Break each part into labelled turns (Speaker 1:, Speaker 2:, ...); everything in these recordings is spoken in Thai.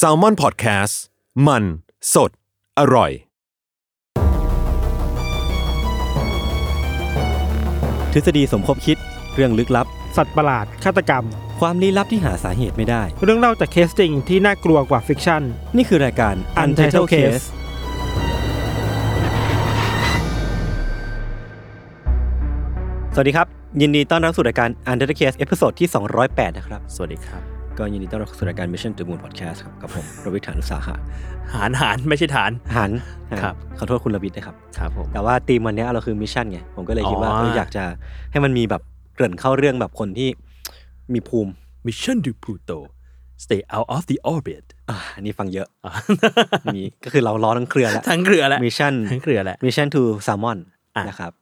Speaker 1: s a l m o n PODCAST มัน สด อร่อย
Speaker 2: ทฤษฎีสมคบคิดเรื่องลึกลับ
Speaker 3: สัตว์ประหลาด ฆาตกรรม
Speaker 2: ความลี้ลับที่หาสาเหตุไม่ได้
Speaker 3: เรื่องเล่าจากเคสจริงที่น่ากลัวกว่าฟิกชั่น
Speaker 2: นี่คือรายการ Untitled Case สวัสดีครับ ยินดีต้อนรับสู่รายการ Untitled Case เอพิโซดที่ 208 นะครับ
Speaker 4: สวัสดีครับ
Speaker 2: ก็ยินดีต้อนรับสู่รายการ Mission to Moon Podcast ครับกับผมรวิทยานุสาหะ
Speaker 4: หารหารไม่ใช่ฐาน
Speaker 2: หันหัน
Speaker 4: ครับ
Speaker 2: ขอโทษคุณรวิทย์นะครับ
Speaker 4: ครับผม
Speaker 2: แต่ว่าทีมวันเนี้ยเราคือมิชชั่นไง ผมก็เลยคิดว่า
Speaker 4: อ๋อ
Speaker 2: เอออยากจะให้มันมีแบบเกริ่นเข้าเรื่องแบบคนที่มีภูมิ
Speaker 4: Mission to Pluto Stay out of the orbit
Speaker 2: อ่าอันนี้ฟังเยอะ มีก็คือเราล้อทั้งเครือแล้ว
Speaker 4: ทั้งเครือแหละ
Speaker 2: มิชชั่น
Speaker 4: ทั้งเครือแหละ
Speaker 2: มิชชั่นทูแซลมอน
Speaker 4: อ่ะ
Speaker 2: นะครับ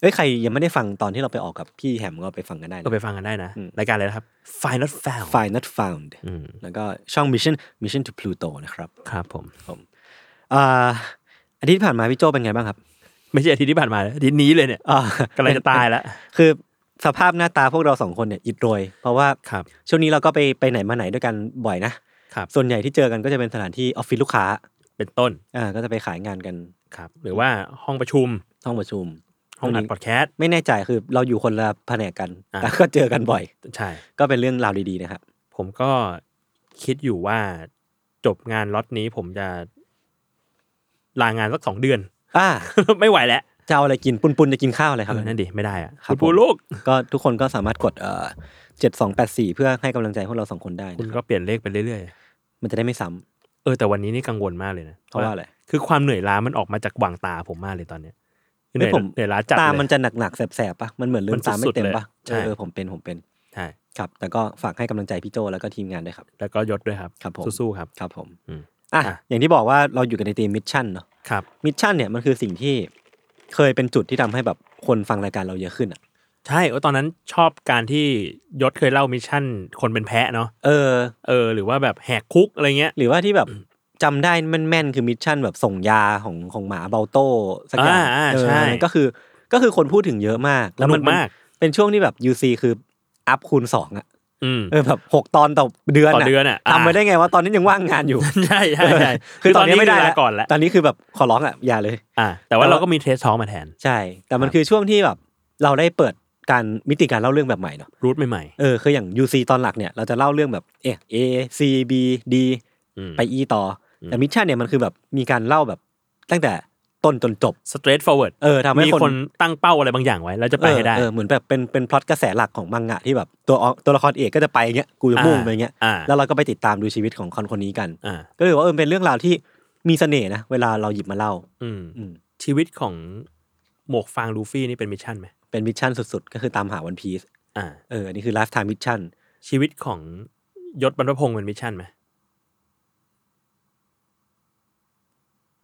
Speaker 2: เอ้ย ใครยังไม่ได้ฟังตอนที่เราไปออกกับพี่แฮมก็ไปฟังกันได้นะ
Speaker 4: ก็ไปฟังกันได้นะ
Speaker 2: อืม
Speaker 4: รายการอะไรนะครับ Find Not Found
Speaker 2: Find Not Found
Speaker 4: อืม
Speaker 2: แล้วก็ช่อง Mission Mission to Pluto นะครับ
Speaker 4: ครับผม
Speaker 2: ผมอ่าอาทิตย์ที่ผ่านมาพี่โจเป็นไงบ้างครับ
Speaker 4: ไม่ใช่อาทิตย์ที่ผ่านมานะอาทิตย์นี้เลยเนี่ย
Speaker 2: อ่าก
Speaker 4: ำลังจะตายแล้ว
Speaker 2: คือสภาพหน้าตาพวกเราสองคนเนี่ยอิดโรย เพราะว่า
Speaker 4: ครับ
Speaker 2: ช่วงนี้เราก็ไปไปไหนมาไหนด้วยกันบ่อยนะ
Speaker 4: ครับ
Speaker 2: ส่วนใหญ่ที่เจอกันก็จะเป็นสถานที่ออฟฟิศลูกค้า
Speaker 4: เป็นต้น
Speaker 2: อ่าก็จะไปขายงานกัน
Speaker 4: ครับ หรือว่าห้องประชุม
Speaker 2: ห้องประชุม
Speaker 4: ห้องอัดพอดแคสต์
Speaker 2: ไม่แน่ใจคือเราอยู่คนละแผนกกัน
Speaker 4: อ่ะ
Speaker 2: แต่ก็เจอกันบ่อย
Speaker 4: ใช่
Speaker 2: ก็เป็นเรื่องราวดีๆนะครับ
Speaker 4: ผมก็คิดอยู่ว่าจบงานล็อตนี้ผมจะลางานสักสองเดือน
Speaker 2: อ่า
Speaker 4: ไม่ไหวแล้ว
Speaker 2: จะเอาอะไรกินปุนปุนๆจะกินข้าวอะไรครับ
Speaker 4: เออนั่นดิไม่ได้อะ
Speaker 2: ครั
Speaker 4: คุ
Speaker 2: บ
Speaker 4: ณปู
Speaker 2: ผม
Speaker 4: ลูก
Speaker 2: ก็ทุกคนก็สามารถกดเอ่อเจ็ดสองแปดสี่เพื่อให้กำลังใจพวกเราสองคนได้
Speaker 4: คุณ
Speaker 2: นะครับ
Speaker 4: ก็เปลี่ยนเลขไปเรื่อย
Speaker 2: มันจะได้ไม่ซ้ำ
Speaker 4: ๆ เออแต่วันนี้นี่กังวลมากเลยนะ
Speaker 2: เพราะว่าอะไร
Speaker 4: คือความเหนื่อยล้ามันออกมาจากหว่างตาผมมากเลยตอนเนี้ยคื
Speaker 2: เฮ้ย
Speaker 4: อเหนื่อย
Speaker 2: ผม
Speaker 4: เหนื่อยล้าจัด
Speaker 2: ตา
Speaker 4: เลย
Speaker 2: มันจะหนักๆแสบๆปะมันเหมือนลื
Speaker 4: มั
Speaker 2: ม
Speaker 4: น
Speaker 2: ตาไม่
Speaker 4: สุดๆ
Speaker 2: เต็มปะ
Speaker 4: เลยใช่
Speaker 2: เออผมเป็นผมเป็น
Speaker 4: ใช่
Speaker 2: ครับ แต่ก็ฝากให้กำลังใจพี่โจแล้วก็ทีมงานด้วยครับ
Speaker 4: แล้วก็ยศด้วยครับ
Speaker 2: ครับผม
Speaker 4: สู้ๆครับ
Speaker 2: ครับผม
Speaker 4: อืม
Speaker 2: อ่ะ
Speaker 4: อ่ะ
Speaker 2: อย่างที่บอกว่าเราอยู่กันในทีมมิชชั่นเนาะ
Speaker 4: ครับ
Speaker 2: มิชชั่นเนี่ยมันคือสิ่งที่เคยเป็นจุดที่ทำให้แบบคนฟังรายการเราเยอะขึ้นอ่ะ
Speaker 4: ใช่เออตอนนั้นชอบการที่ยศเคยเล่ามิชชั่นคนเป็นแพะเนาะ
Speaker 2: เออ
Speaker 4: เออ หรือว่าแบบแหกคุกอะไรเงี้ย
Speaker 2: หรือว่าที่แบบจำได้แม่นๆคือมิชชั่นแบบส่งยาของของหมาเบลโต้สักอย่าง
Speaker 4: อ่าอ่า
Speaker 2: เออ
Speaker 4: ใช่
Speaker 2: ก็คือก็คือคนพูดถึงเยอะมาก
Speaker 4: ส
Speaker 2: แล้ว
Speaker 4: นุ
Speaker 2: มัน
Speaker 4: ก
Speaker 2: เป็น
Speaker 4: มาก
Speaker 2: เป็นช่วงที่แบบ UC คืออัพคูณสองอะ
Speaker 4: อืม
Speaker 2: เออแบบหกตอนต่อเดือน
Speaker 4: ต่อเดือนอ่ะ
Speaker 2: ทำไปได้ไงว่าตอนนี้ยังว่างงานอยู่
Speaker 4: ใช่ใช่ใช่
Speaker 2: คือตอนนี้ไม่ได้
Speaker 4: คือ
Speaker 2: แล้
Speaker 4: ลาว ก่อนแล้ว
Speaker 2: ตอนนี้คือแบบขอร้องอะอย่าเลย
Speaker 4: อ่าแต่ว่า
Speaker 2: แต่ว่า
Speaker 4: เราก็มีเทสท้องมาแทน
Speaker 2: ใช่ แต่มัน
Speaker 4: ครับ
Speaker 2: คือช่วงที่แบบเราได้เปิดการมิติการเล่าเรื่องแบบใหม่เนาะ
Speaker 4: รูทใหม่
Speaker 2: เออคืออย่าง UC ตอนหลักเนี่ยเราจะเล่าเรื่องแบบเอ A C B D
Speaker 4: ๆอืม
Speaker 2: ไป E ต่ออ
Speaker 4: ม
Speaker 2: แต่มิชชั่นเนี่ยมันคือแบบมีการเล่าแบบตั้งแต่ต้นจนจบ
Speaker 4: สเตรทฟอร์เวิร์ด
Speaker 2: เออทำให้
Speaker 4: มี
Speaker 2: คน
Speaker 4: คนตั้งเป้าอะไรบางอย่างไว้แล้วจะไป
Speaker 2: เออ
Speaker 4: ให้ได้
Speaker 2: เออเหมือนแบบเป็นเป็นพล็อตกระแสหลักของมังงะที่แบบตัวออกตัวละครเอกก็จะไปอย่างเงี้ยกูจะมุ่ง
Speaker 4: อ่า
Speaker 2: ไปอย่างเงี้ย
Speaker 4: อ่า
Speaker 2: แล้วเราก็ไปติดตามดูชีวิตของคนคนนี้กัน
Speaker 4: อ่า
Speaker 2: ก็เลยว่าเออเป็นเรื่องราวที่มีเสน่ห์นะเวลาเราหยิบมาเล่า
Speaker 4: อืม
Speaker 2: อืม
Speaker 4: ชีวิตของหมวกฟางลูฟี่นี่เป็นมิชชั่นไหม
Speaker 2: เป็นมิชชั่นสุดๆ ก็คือตามหาวันพีซ
Speaker 4: อ่า
Speaker 2: เอออันนี้คือไลฟ์ไทม์มิชชั่น
Speaker 4: ชีวิตของยศบรรพพงศ์เป็นมิชชั่นไหม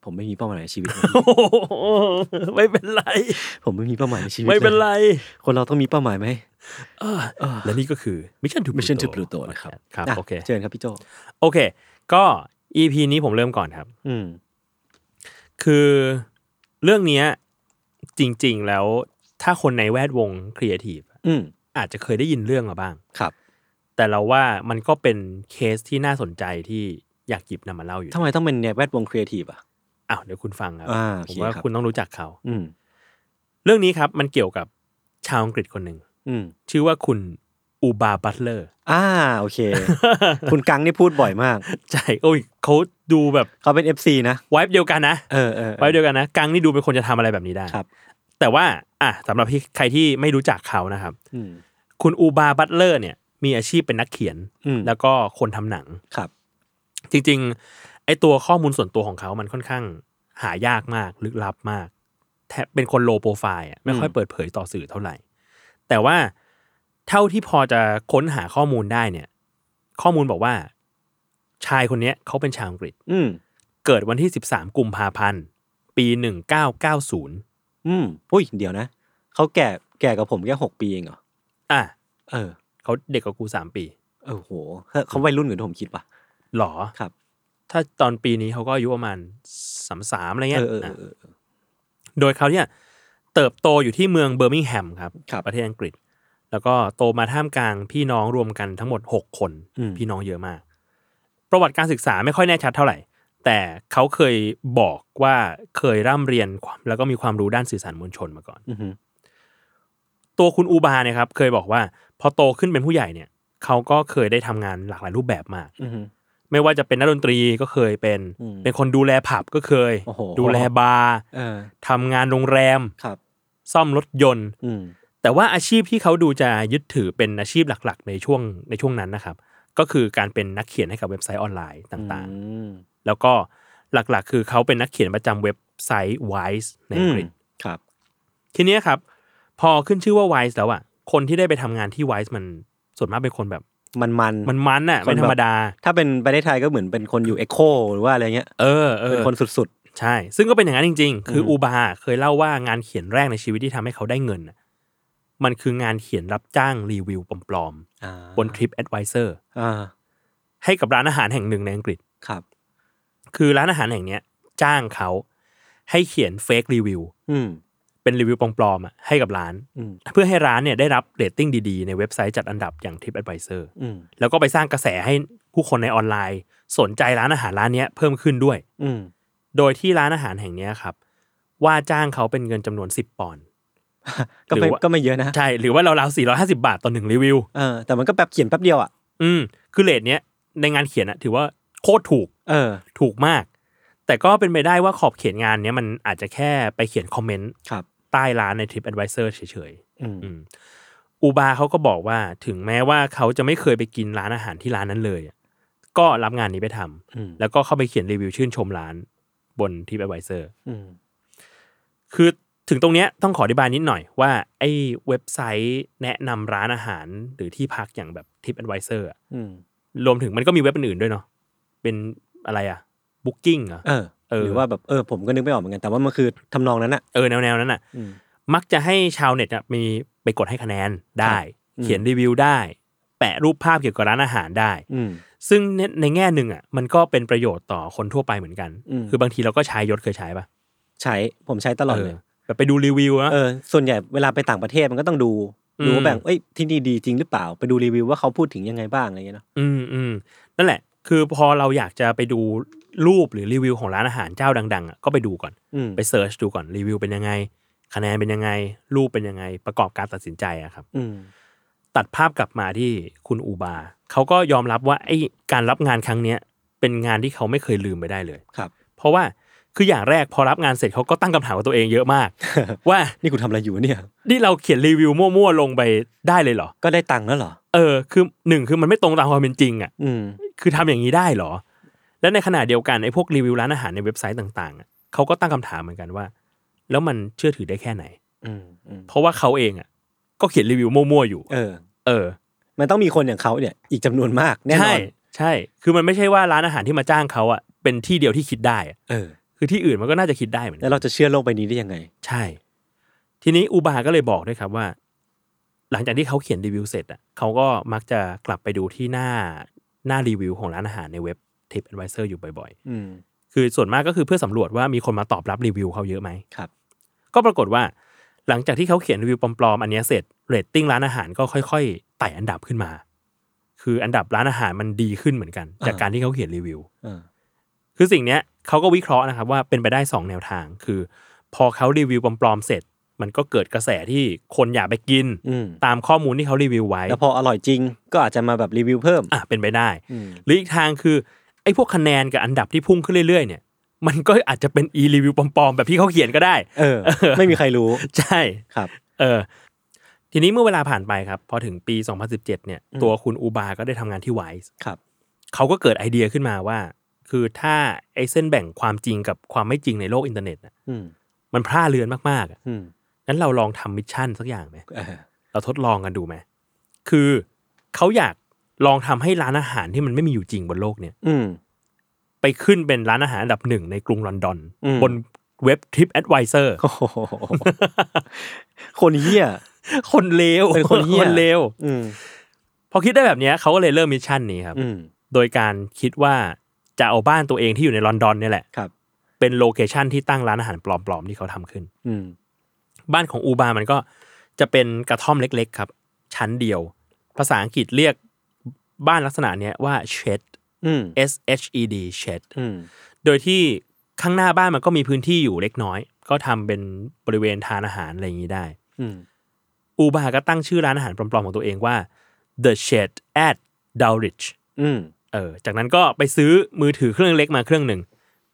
Speaker 2: ผมไม่มีเป้าหมายใน ชีวิต
Speaker 4: ไม่เป็นไร
Speaker 2: ผมไม่มีเป้าหมายในชีวิต
Speaker 4: ไม่เป็น
Speaker 2: ลย
Speaker 4: ไร
Speaker 2: คนเราต้องมีเป้าหมายไหม
Speaker 4: เออและนี่ก็คือมิชชั่นทู
Speaker 2: Mission to Pluto นะครับ
Speaker 4: ครับ
Speaker 2: อ่ะ
Speaker 4: โอเค
Speaker 2: เชิญครับพี่โจ
Speaker 4: โอเค ก็ EP นี้ผมเริ่มก่อนครับ
Speaker 2: อืม
Speaker 4: คือเรื่องเนี้ยจริง ๆ แล้วถ้าคนในแวดวงครีเอทีฟ
Speaker 2: อืม
Speaker 4: อาจจะเคยได้ยินเรื่องมาบ้าง
Speaker 2: ครับ
Speaker 4: แต่เราว่ามันก็เป็นเคสที่น่าสนใจที่อยากหยิบนำมาเล่าอยู่
Speaker 2: ทำไมต้องเป็นเนี่ยแวดวงครีเอทีฟอ่ะ
Speaker 4: อ้าวเดี๋ยวคุณฟังครับ
Speaker 2: อ่าโอ
Speaker 4: ผ
Speaker 2: เค
Speaker 4: มว่า
Speaker 2: ครับ
Speaker 4: คุณต้องรู้จักเขา
Speaker 2: อืม
Speaker 4: เรื่องนี้ครับ มันเกี่ยวกับชาวอังกฤษคนหนึ่ง
Speaker 2: อืม
Speaker 4: ชื่อว่าคุณอูบาบัตเลอร์
Speaker 2: อ่าโอเค คุณกังนี่พูดบ่อยมาก
Speaker 4: ใช่โอ้ยเขาดูแบบ
Speaker 2: เขาเป็น FC นะ
Speaker 4: ไวบ์เดียวกันนะ
Speaker 2: เออเออ
Speaker 4: ไวบ์เดียวกันนะกังนี่ดูเป็นคนจะทำอะไรแบบนี้ได้
Speaker 2: ครับ
Speaker 4: แต่ว่าอ่ะสำหรับที่ใครที่ไม่รู้จักเขานะครับ
Speaker 2: อืม
Speaker 4: คุณอูบาบัตเลอร์เนี่ย มีอาชีพเป็นนักเขียน
Speaker 2: อืม
Speaker 4: แล้วก็คนทำหนัง
Speaker 2: ครับ
Speaker 4: จริงๆ ไอตัวข้อมูลส่วนตัวของเขามันค่อนข้างหายากมาก ลึกลับมาก แทบเป็นคนโลโปรไฟล์อะไม่ค่อย
Speaker 2: อืม
Speaker 4: เปิดเผยต่อสื่อเท่าไหร่ แต่ว่าเท่าที่พอจะค้นหาข้อมูลได้เนี่ย ข้อมูลบอกว่า ชายคนเนี้ยเขาเป็นชาวอังกฤษ
Speaker 2: อืม
Speaker 4: เกิดวันที่ 13 กุมภาพันธ์ ปี 1990
Speaker 2: อืมอุ้ยเดี๋ยวนะเขาแก่แก่กับผมแค่หกปีเองเหรอ
Speaker 4: อ่ะ
Speaker 2: เออ
Speaker 4: เขาเด็กกว่ากู 3 ปี
Speaker 2: เออโหเขาเขาวัยรุ่นกว่าที่ผมคิดปะ
Speaker 4: หรอ
Speaker 2: ครับ
Speaker 4: ถ้าตอนปีนี้เขาก็อายุประมาณสามสามอะไรเงี้
Speaker 2: เอย อเออเออ
Speaker 4: นะ
Speaker 2: เออ
Speaker 4: โดยเขาเนี่ยเติบโตอยู่ที่เมืองเบอร์มิงแฮมครับ
Speaker 2: ครับ
Speaker 4: ประเทศอังกฤษ แล้วก็โตมาท่ามกลางพี่น้องรวมกันทั้งหมด 6 คน
Speaker 2: อืม
Speaker 4: พี่น้องเยอะมาก ประวัติการศึกษาไม่ค่อยแน่ชัดเท่าไหร่ แต่เขาเคยบอกว่าเคยร่ำเรียนความแล้วก็มีความรู้ด้านสื่อสารมวลชนมาก่อน
Speaker 2: อือหือ
Speaker 4: ตัวคุณอูบาเนี่ยครับเคยบอกว่าพอโตขึ้นเป็นผู้ใหญ่เนี่ยเขาก็เคยได้ทำงานหลากหลายรูปแบบมาก
Speaker 2: อือหือ
Speaker 4: ไม่ว่าจะเป็นนักดนตรีก็เคยเป็น
Speaker 2: อืม
Speaker 4: เป็นคนดูแลผับก็เคย
Speaker 2: โอ้โห
Speaker 4: ดูแลบาร์
Speaker 2: เออ
Speaker 4: ทำงานโรงแรม
Speaker 2: ครับ
Speaker 4: ซ่อมรถยนต์
Speaker 2: อืม
Speaker 4: แต่ว่าอาชีพที่เขาดูจะยึดถือเป็นอาชีพหลักๆ ในช่วงในช่วงนั้นนะครับ ก็คือการเป็นนักเขียนให้กับเว็บไซต์ออนไลน์ต่าง
Speaker 2: อืม
Speaker 4: ๆ แล้วก็หลักๆ คือเขาเป็นนักเขียนประจำเว็บไซต์ Wise ในอังกฤษ
Speaker 2: มครับ
Speaker 4: ทีเนี้ยครับ พอขึ้นชื่อว่า Wise แล้วอ่ะคนที่ได้ไปทำงานที่ Wise มันส่วนมากเป็นคนแบบ
Speaker 2: มันมัน
Speaker 4: มันมันอ่ะ
Speaker 2: คนแบบ
Speaker 4: ไม่ธรรมดา
Speaker 2: ถ้าเป็นประเทศไทยก็เหมือนเป็นคนอยู่เอ็กโคหรือว่าอะไรเงี้ย
Speaker 4: เออเอ
Speaker 2: เป็น
Speaker 4: อ
Speaker 2: คนสุด
Speaker 4: ใช่ ซึ่งก็เป็นอย่างนั้นจริง ๆ คือ
Speaker 2: ม
Speaker 4: อูบาเคยเล่าว่างานเขียนแรกในชีวิตที่ทำให้เขาได้เงินน่ะมันคืองานเขียนรับจ้างรีวิวปลอม
Speaker 2: ๆอ่า
Speaker 4: ๆ บน Trip Advisor
Speaker 2: อ่า
Speaker 4: ให้กับร้านอาหารแห่งหนึ่งในอังกฤษ
Speaker 2: ครับ
Speaker 4: คือร้านอาหารแห่งเนี้ยจ้างเขาให้เขียนเฟกรีวิว
Speaker 2: อืม
Speaker 4: เป็นรีวิวปลอมๆอ่ะให้กับร้าน
Speaker 2: อืม
Speaker 4: เพื่อให้ร้านเนี่ยได้รับเรตติ้งดีๆ ในเว็บไซต์จัดอันดับอย่าง Trip Advisor
Speaker 2: อืม
Speaker 4: แล้วก็ไปสร้างกระแสให้ผู้คนในออนไลน์ สนใจร้านอาหารร้านเนี้ยเพิ่มขึ้นด้วย
Speaker 2: อืม
Speaker 4: โดยที่ร้านอาหารแห่งเนี้ยครับ ว่าจ้างเขาเป็นเงินจำนวน 10 ปอนด์
Speaker 2: ก็ไม่
Speaker 4: หรือว่า
Speaker 2: ก็ไม่เยอะนะ
Speaker 4: ใช่ หรือว่าเราราวๆ450 บาทต่อหนึ่งรีวิว
Speaker 2: เออแต่มันก็แป๊บเขียนแป๊บเดียวอ่ะ
Speaker 4: อืม คือเลทเนี้ยในงานเขียนอะถือว่าโคตรถูก
Speaker 2: เออ
Speaker 4: ถูกมาก แต่ก็เป็นไปได้ว่าขอบเขียนงานเนี้ยมันอาจจะแค่ไปเขียนคอมเมนต์
Speaker 2: ครับ
Speaker 4: ใต้ร้านใน TripAdvisor เฉย
Speaker 2: อืม
Speaker 4: ๆ อืม อูบาเขาก็บอกว่าถึงแม้ว่าเขาจะไม่เคยไปกินร้านอาหารที่ร้านนั้นเลยอะก็รับงานนี้ไปทำ
Speaker 2: อืม
Speaker 4: แล้วก็เข้าไปเขียนรีวิวชื่นชมร้านบน TripAdvisor
Speaker 2: อืม
Speaker 4: คือถึงตรงเนี้ยต้องขออธิบายนิดหน่อยว่าไอ้เว็บไซต์แนะนำร้านอาหารหรือที่พักอย่างแบบ Tip Advisor อะ
Speaker 2: อืม
Speaker 4: รวมถึงมันก็มีเว็บอื่นๆด้วยเนาะเป็นอะไรอะ Booking เหรอ
Speaker 2: เออ
Speaker 4: เออ
Speaker 2: หรือว่าแบบเออผมก็นึกไม่ออกเหมือนกันแต่ว่ามันคือทำนองนั้นอ่ะ
Speaker 4: เออแนวๆนั้นอะ
Speaker 2: อืม
Speaker 4: มักจะให้ชาวเน็ตอะมีไปกดให้คะแนนได้
Speaker 2: อืม
Speaker 4: เขียนรีวิวได้ แปะรูปภาพเกี่ยวกับร้านอาหารได้
Speaker 2: อืม
Speaker 4: ซึ่งในในแง่หนึ่งอะมันก็เป็นประโยชน์ต่อคนทั่วไปเหมือนกัน
Speaker 2: อืม
Speaker 4: คือบางทีเราก็ใช้ยศเคยใช้ปะ
Speaker 2: ใช้ผมใช้ตลอดเลย
Speaker 4: เออแบบไปดูรีวิวนะ
Speaker 2: เออส่วนใหญ่เวลาไปต่างประเทศมันก็ต้องดู
Speaker 4: อืม
Speaker 2: ดูว่าแบ่งเอ้ยที่นี่ดีจริงหรือเปล่า ไปดูรีวิวว่าเขาพูดถึงยังไงบ้างอะไรเงี้ยเนาะ
Speaker 4: อืมอืมนั่นแหละ คือพอเราอยากจะไปดูรูปหรือรีวิวของร้านอาหารเจ้าดังๆอ่ะก็ไปดูก่อน
Speaker 2: อืม
Speaker 4: ไปเสิร์ชดูก่อนรีวิวเป็นยังไง คะแนนเป็นยังไง รูปเป็นยังไง ประกอบการตัดสินใจอะครับ
Speaker 2: อืม
Speaker 4: ตัดภาพกลับมาที่คุณอูบาเขาก็ยอมรับว่าไอ้การรับงานครั้งเนี้ยเป็นงานที่เขาไม่เคยลืมไปได้เลย
Speaker 2: ครับ
Speaker 4: เพราะว่าคืออย่างแรกพอรับงานเสร็จเขาก็ตั้งคำถามกับตัวเองเยอะมาก ว่า
Speaker 2: นี่กูทำอะไรอยู่วะเนี่ย
Speaker 4: นี่เราเขียนรีวิวมั่วๆลงไปได้เลยเหรอ
Speaker 2: ก็ได้ตังค์แล้วเหรอ
Speaker 4: เออคือหนึ่งคือมันไม่ตรงตามความเป็นจริงอ่ะ
Speaker 2: อืม
Speaker 4: คือทำอย่างนี้ได้เหรอ และในขณะเดียวกันไอ้พวกรีวิวร้านอาหารในเว็บไซต์ต่างๆอะเขาก็ตั้งคำถามเหมือนกันว่า แล้วมันเชื่อถือได้แค่ไหน
Speaker 2: อืมอืม
Speaker 4: เพราะว่าเขาเองอ่ะก็เขียนรีวิวมั่วๆอยู่
Speaker 2: เออ
Speaker 4: เออ
Speaker 2: มันต้องมีคนอย่างเขาเนี่ย อีกจำนวนมากแน่น
Speaker 4: ใช่
Speaker 2: อน
Speaker 4: ใช่ คือมันไม่ใช่ว่าร้านอาหารที่มาจ้างเขาอ่ะเป็นที่เดียวที่คิดได้อะ
Speaker 2: เออ
Speaker 4: คือที่อื่นมันก็น่าจะคิดได้เหมือน
Speaker 2: แล้
Speaker 4: กั
Speaker 2: วนเราจะเชื่อโลกใบนี้ได้ยังไง
Speaker 4: ใช่ ทีนี้อูบาก็เลยบอกด้วยครับว่า หลังจากที่เขาเขียนรีวิวเสร็จอ่ะเขาก็มักจะกลับไปดูที่หน้าหน้ารีวิวของร้านอาหารในเว็บ TripAdvisor อยู่บ่อยๆ
Speaker 2: อืม
Speaker 4: คือส่วนมากก็คือเพื่อสำรวจว่ามีคนมาตอบรับรีวิวเขาเยอะไหม
Speaker 2: ครับ
Speaker 4: ก็ปรากฏว่า หลังจากที่เขาเขียนรีวิวปลอมๆ อันเนี้ยเสร็จเรตติ้งร้านอาหารก็ค่อยๆไต่อันดับขึ้นมา คืออันดับร้านอาหารมันดีขึ้นเหมือนกัน
Speaker 2: อ่า
Speaker 4: จากการที่เขาเขียนรีวิว
Speaker 2: เออ
Speaker 4: คือสิ่งเนี้ยเขาก็วิเคราะห์นะครับว่าเป็นไปได้ 2 แนวทาง คือ พอเขารีวิวปลอมๆเสร็จ มันก็เกิดกระแสที่คนอยากไปกิน
Speaker 2: อืม
Speaker 4: ตามข้อมูลที่เขารีวิวไว้
Speaker 2: แล้วพออร่อยจริงก็อาจจะมาแบบรีวิวเพิ่ม
Speaker 4: อ่ะเป็นไปได้
Speaker 2: อืม
Speaker 4: หรืออีกทางคือไอ้พวกคะแนนกับอันดับที่พุ่งขึ้นเรื่อยๆเนี่ย มันก็อาจจะเป็นอีรีวิวปลอมๆแบบที่เขาเขียนก็ได้
Speaker 2: เออ ไม่มีใครรู้
Speaker 4: ใช่
Speaker 2: ครับ
Speaker 4: เออ ทีนี้เมื่อเวลาผ่านไปครับ พอถึงปี 2017 เนี่ย
Speaker 2: อืม
Speaker 4: ตัวคุณอูบาก็ได้ทำงานที่ไวส์
Speaker 2: ครับ
Speaker 4: เขาก็เกิดไอเดียขึ้นมาว่า คือถ้าไอ้เส้นแบ่งความจริงกับความไม่จริงในโลกอินเทอร์เน็ตน่ะ
Speaker 2: อืม
Speaker 4: มันพร่าเรือนมากๆอะ
Speaker 2: อืม
Speaker 4: งั้นเราลองทำมิชชั่นสักอย่างไหม
Speaker 2: เออ
Speaker 4: เราทดลองกันดูไหม คือเขาอยาก ลองทำให้ร้านอาหารที่มันไม่มีอยู่จริงบนโลกเนี่ย
Speaker 2: อืม
Speaker 4: ไปขึ้นเป็นร้านอาหารอันดับหนึ่งในกรุงลอนดอน
Speaker 2: อืม
Speaker 4: บนเว็บ Trip Advisor
Speaker 2: โอ้โหคนเหี้ย
Speaker 4: คนเลว
Speaker 2: เป็นคนเหี้ย
Speaker 4: เลว
Speaker 2: อืม
Speaker 4: พอคิดได้แบบเนี้ยเขาก็เลยเริ่มมิชชั่นนี้ครับ
Speaker 2: อืม
Speaker 4: โดยการคิดว่าจะเอาบ้านตัวเองที่อยู่ในลอนดอนเนี่ยแหละ
Speaker 2: ครับ
Speaker 4: เป็นโลเคชันที่ตั้งร้านอาหารปลอมๆที่เขาทำขึ้น
Speaker 2: อืม
Speaker 4: บ้านของอูบามันก็จะเป็นกระท่อมเล็กๆครับ ชั้นเดียว ภาษาอังกฤษเรียกบ้านลักษณะเนี้ยว่า shed
Speaker 2: อืม
Speaker 4: S H E D shed
Speaker 2: อืม
Speaker 4: โดยที่ข้างหน้าบ้านมันก็มีพื้นที่อยู่เล็กน้อย ก็ทำเป็นบริเวณทานอาหารอะไรอย่างนี้ได้
Speaker 2: อืม
Speaker 4: อูบาก็ตั้งชื่อร้านอาหารปลอมๆของตัวเองว่า The Shed at Dulwich
Speaker 2: อืม
Speaker 4: เออ จากนั้นก็ไปซื้อมือถือเครื่องเล็กมาเครื่องหนึ่ง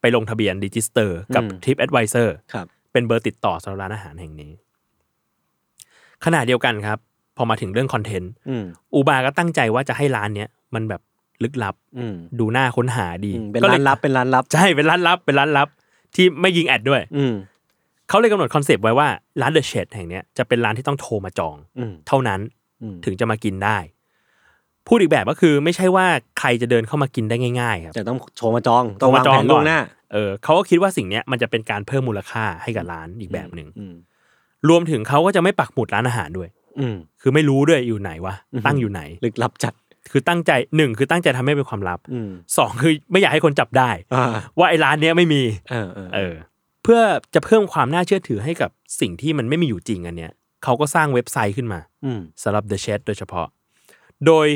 Speaker 4: ไปลงทะเบียนดิจิสเตอร์กับ
Speaker 2: อืม
Speaker 4: Trip Advisor
Speaker 2: ครับ
Speaker 4: เป็นเบอร์ติดต่อสำหรับร้านอาหารแห่งนี้ ขณะเดียวกันครับ พอมาถึงเรื่องคอนเทนต์
Speaker 2: อืม
Speaker 4: อูบาก็ตั้งใจว่าจะให้ร้านเนี้ยมันแบบลึกลับ
Speaker 2: อืม
Speaker 4: ดูน่าค้นหาดี
Speaker 2: อืมเป็น
Speaker 4: ก็
Speaker 2: ร้าย นลับ เป็นร้านลับ
Speaker 4: ใช่เป็นร้านลับ เป็นร้านลับ ที่ไม่ยิงแอดด้วย
Speaker 2: อืม
Speaker 4: เขาเลยกำหนดคอนเซปต์ไว้ว่าร้านเดอะเชดแห่งเนี้ยจะเป็นร้านที่ต้องโทรมาจอง
Speaker 2: อืม
Speaker 4: เท่านั้น
Speaker 2: อืม
Speaker 4: ถึงจะมากินได้ พูดอีกแบบก็คือไม่ใช่ว่าใครจะเดินเข้ามากินได้ง่ายๆครับ
Speaker 2: แต่ต้องโทรมาจอง
Speaker 4: โท
Speaker 2: ต้อ
Speaker 4: รมาว
Speaker 2: งาง
Speaker 4: จอง
Speaker 2: แผน
Speaker 4: ก่
Speaker 2: ล่
Speaker 4: อ
Speaker 2: วน งหน้า
Speaker 4: เออเขาก็คิดว่าสิ่งเนี้ยมันจะเป็นการเพิ่มมูลค่าให้กับร้านอีกแบบหนึ่ง
Speaker 2: อืม
Speaker 4: รวมถึงเขาก็จะไม่ปักหมุดร้านอาหารด้วย
Speaker 2: อืม
Speaker 4: คือไม่รู้ด้วยอยู่ไหนวะ
Speaker 2: อืม
Speaker 4: ตั้งอยู่ไหน
Speaker 2: ลึกลับจัด
Speaker 4: คือตั้งใจหนึ่งคือตั้งใจทำให้เป็นความลับ
Speaker 2: อืม
Speaker 4: สองคือไม่อยากให้คนจับได้
Speaker 2: อ่า
Speaker 4: ว่าไอ้ร้านเนี้ยไม่มี
Speaker 2: เออเออ
Speaker 4: เออ เพื่อจะเพิ่มความน่าเชื่อถือให้กับสิ่งที่มันไม่มีอยู่จริงอันเนี้ยเขาก็สร้างเว็บไซต์ขึ้นมา
Speaker 2: อืม
Speaker 4: สำหรับ The Shed โดยเฉพาะ โดย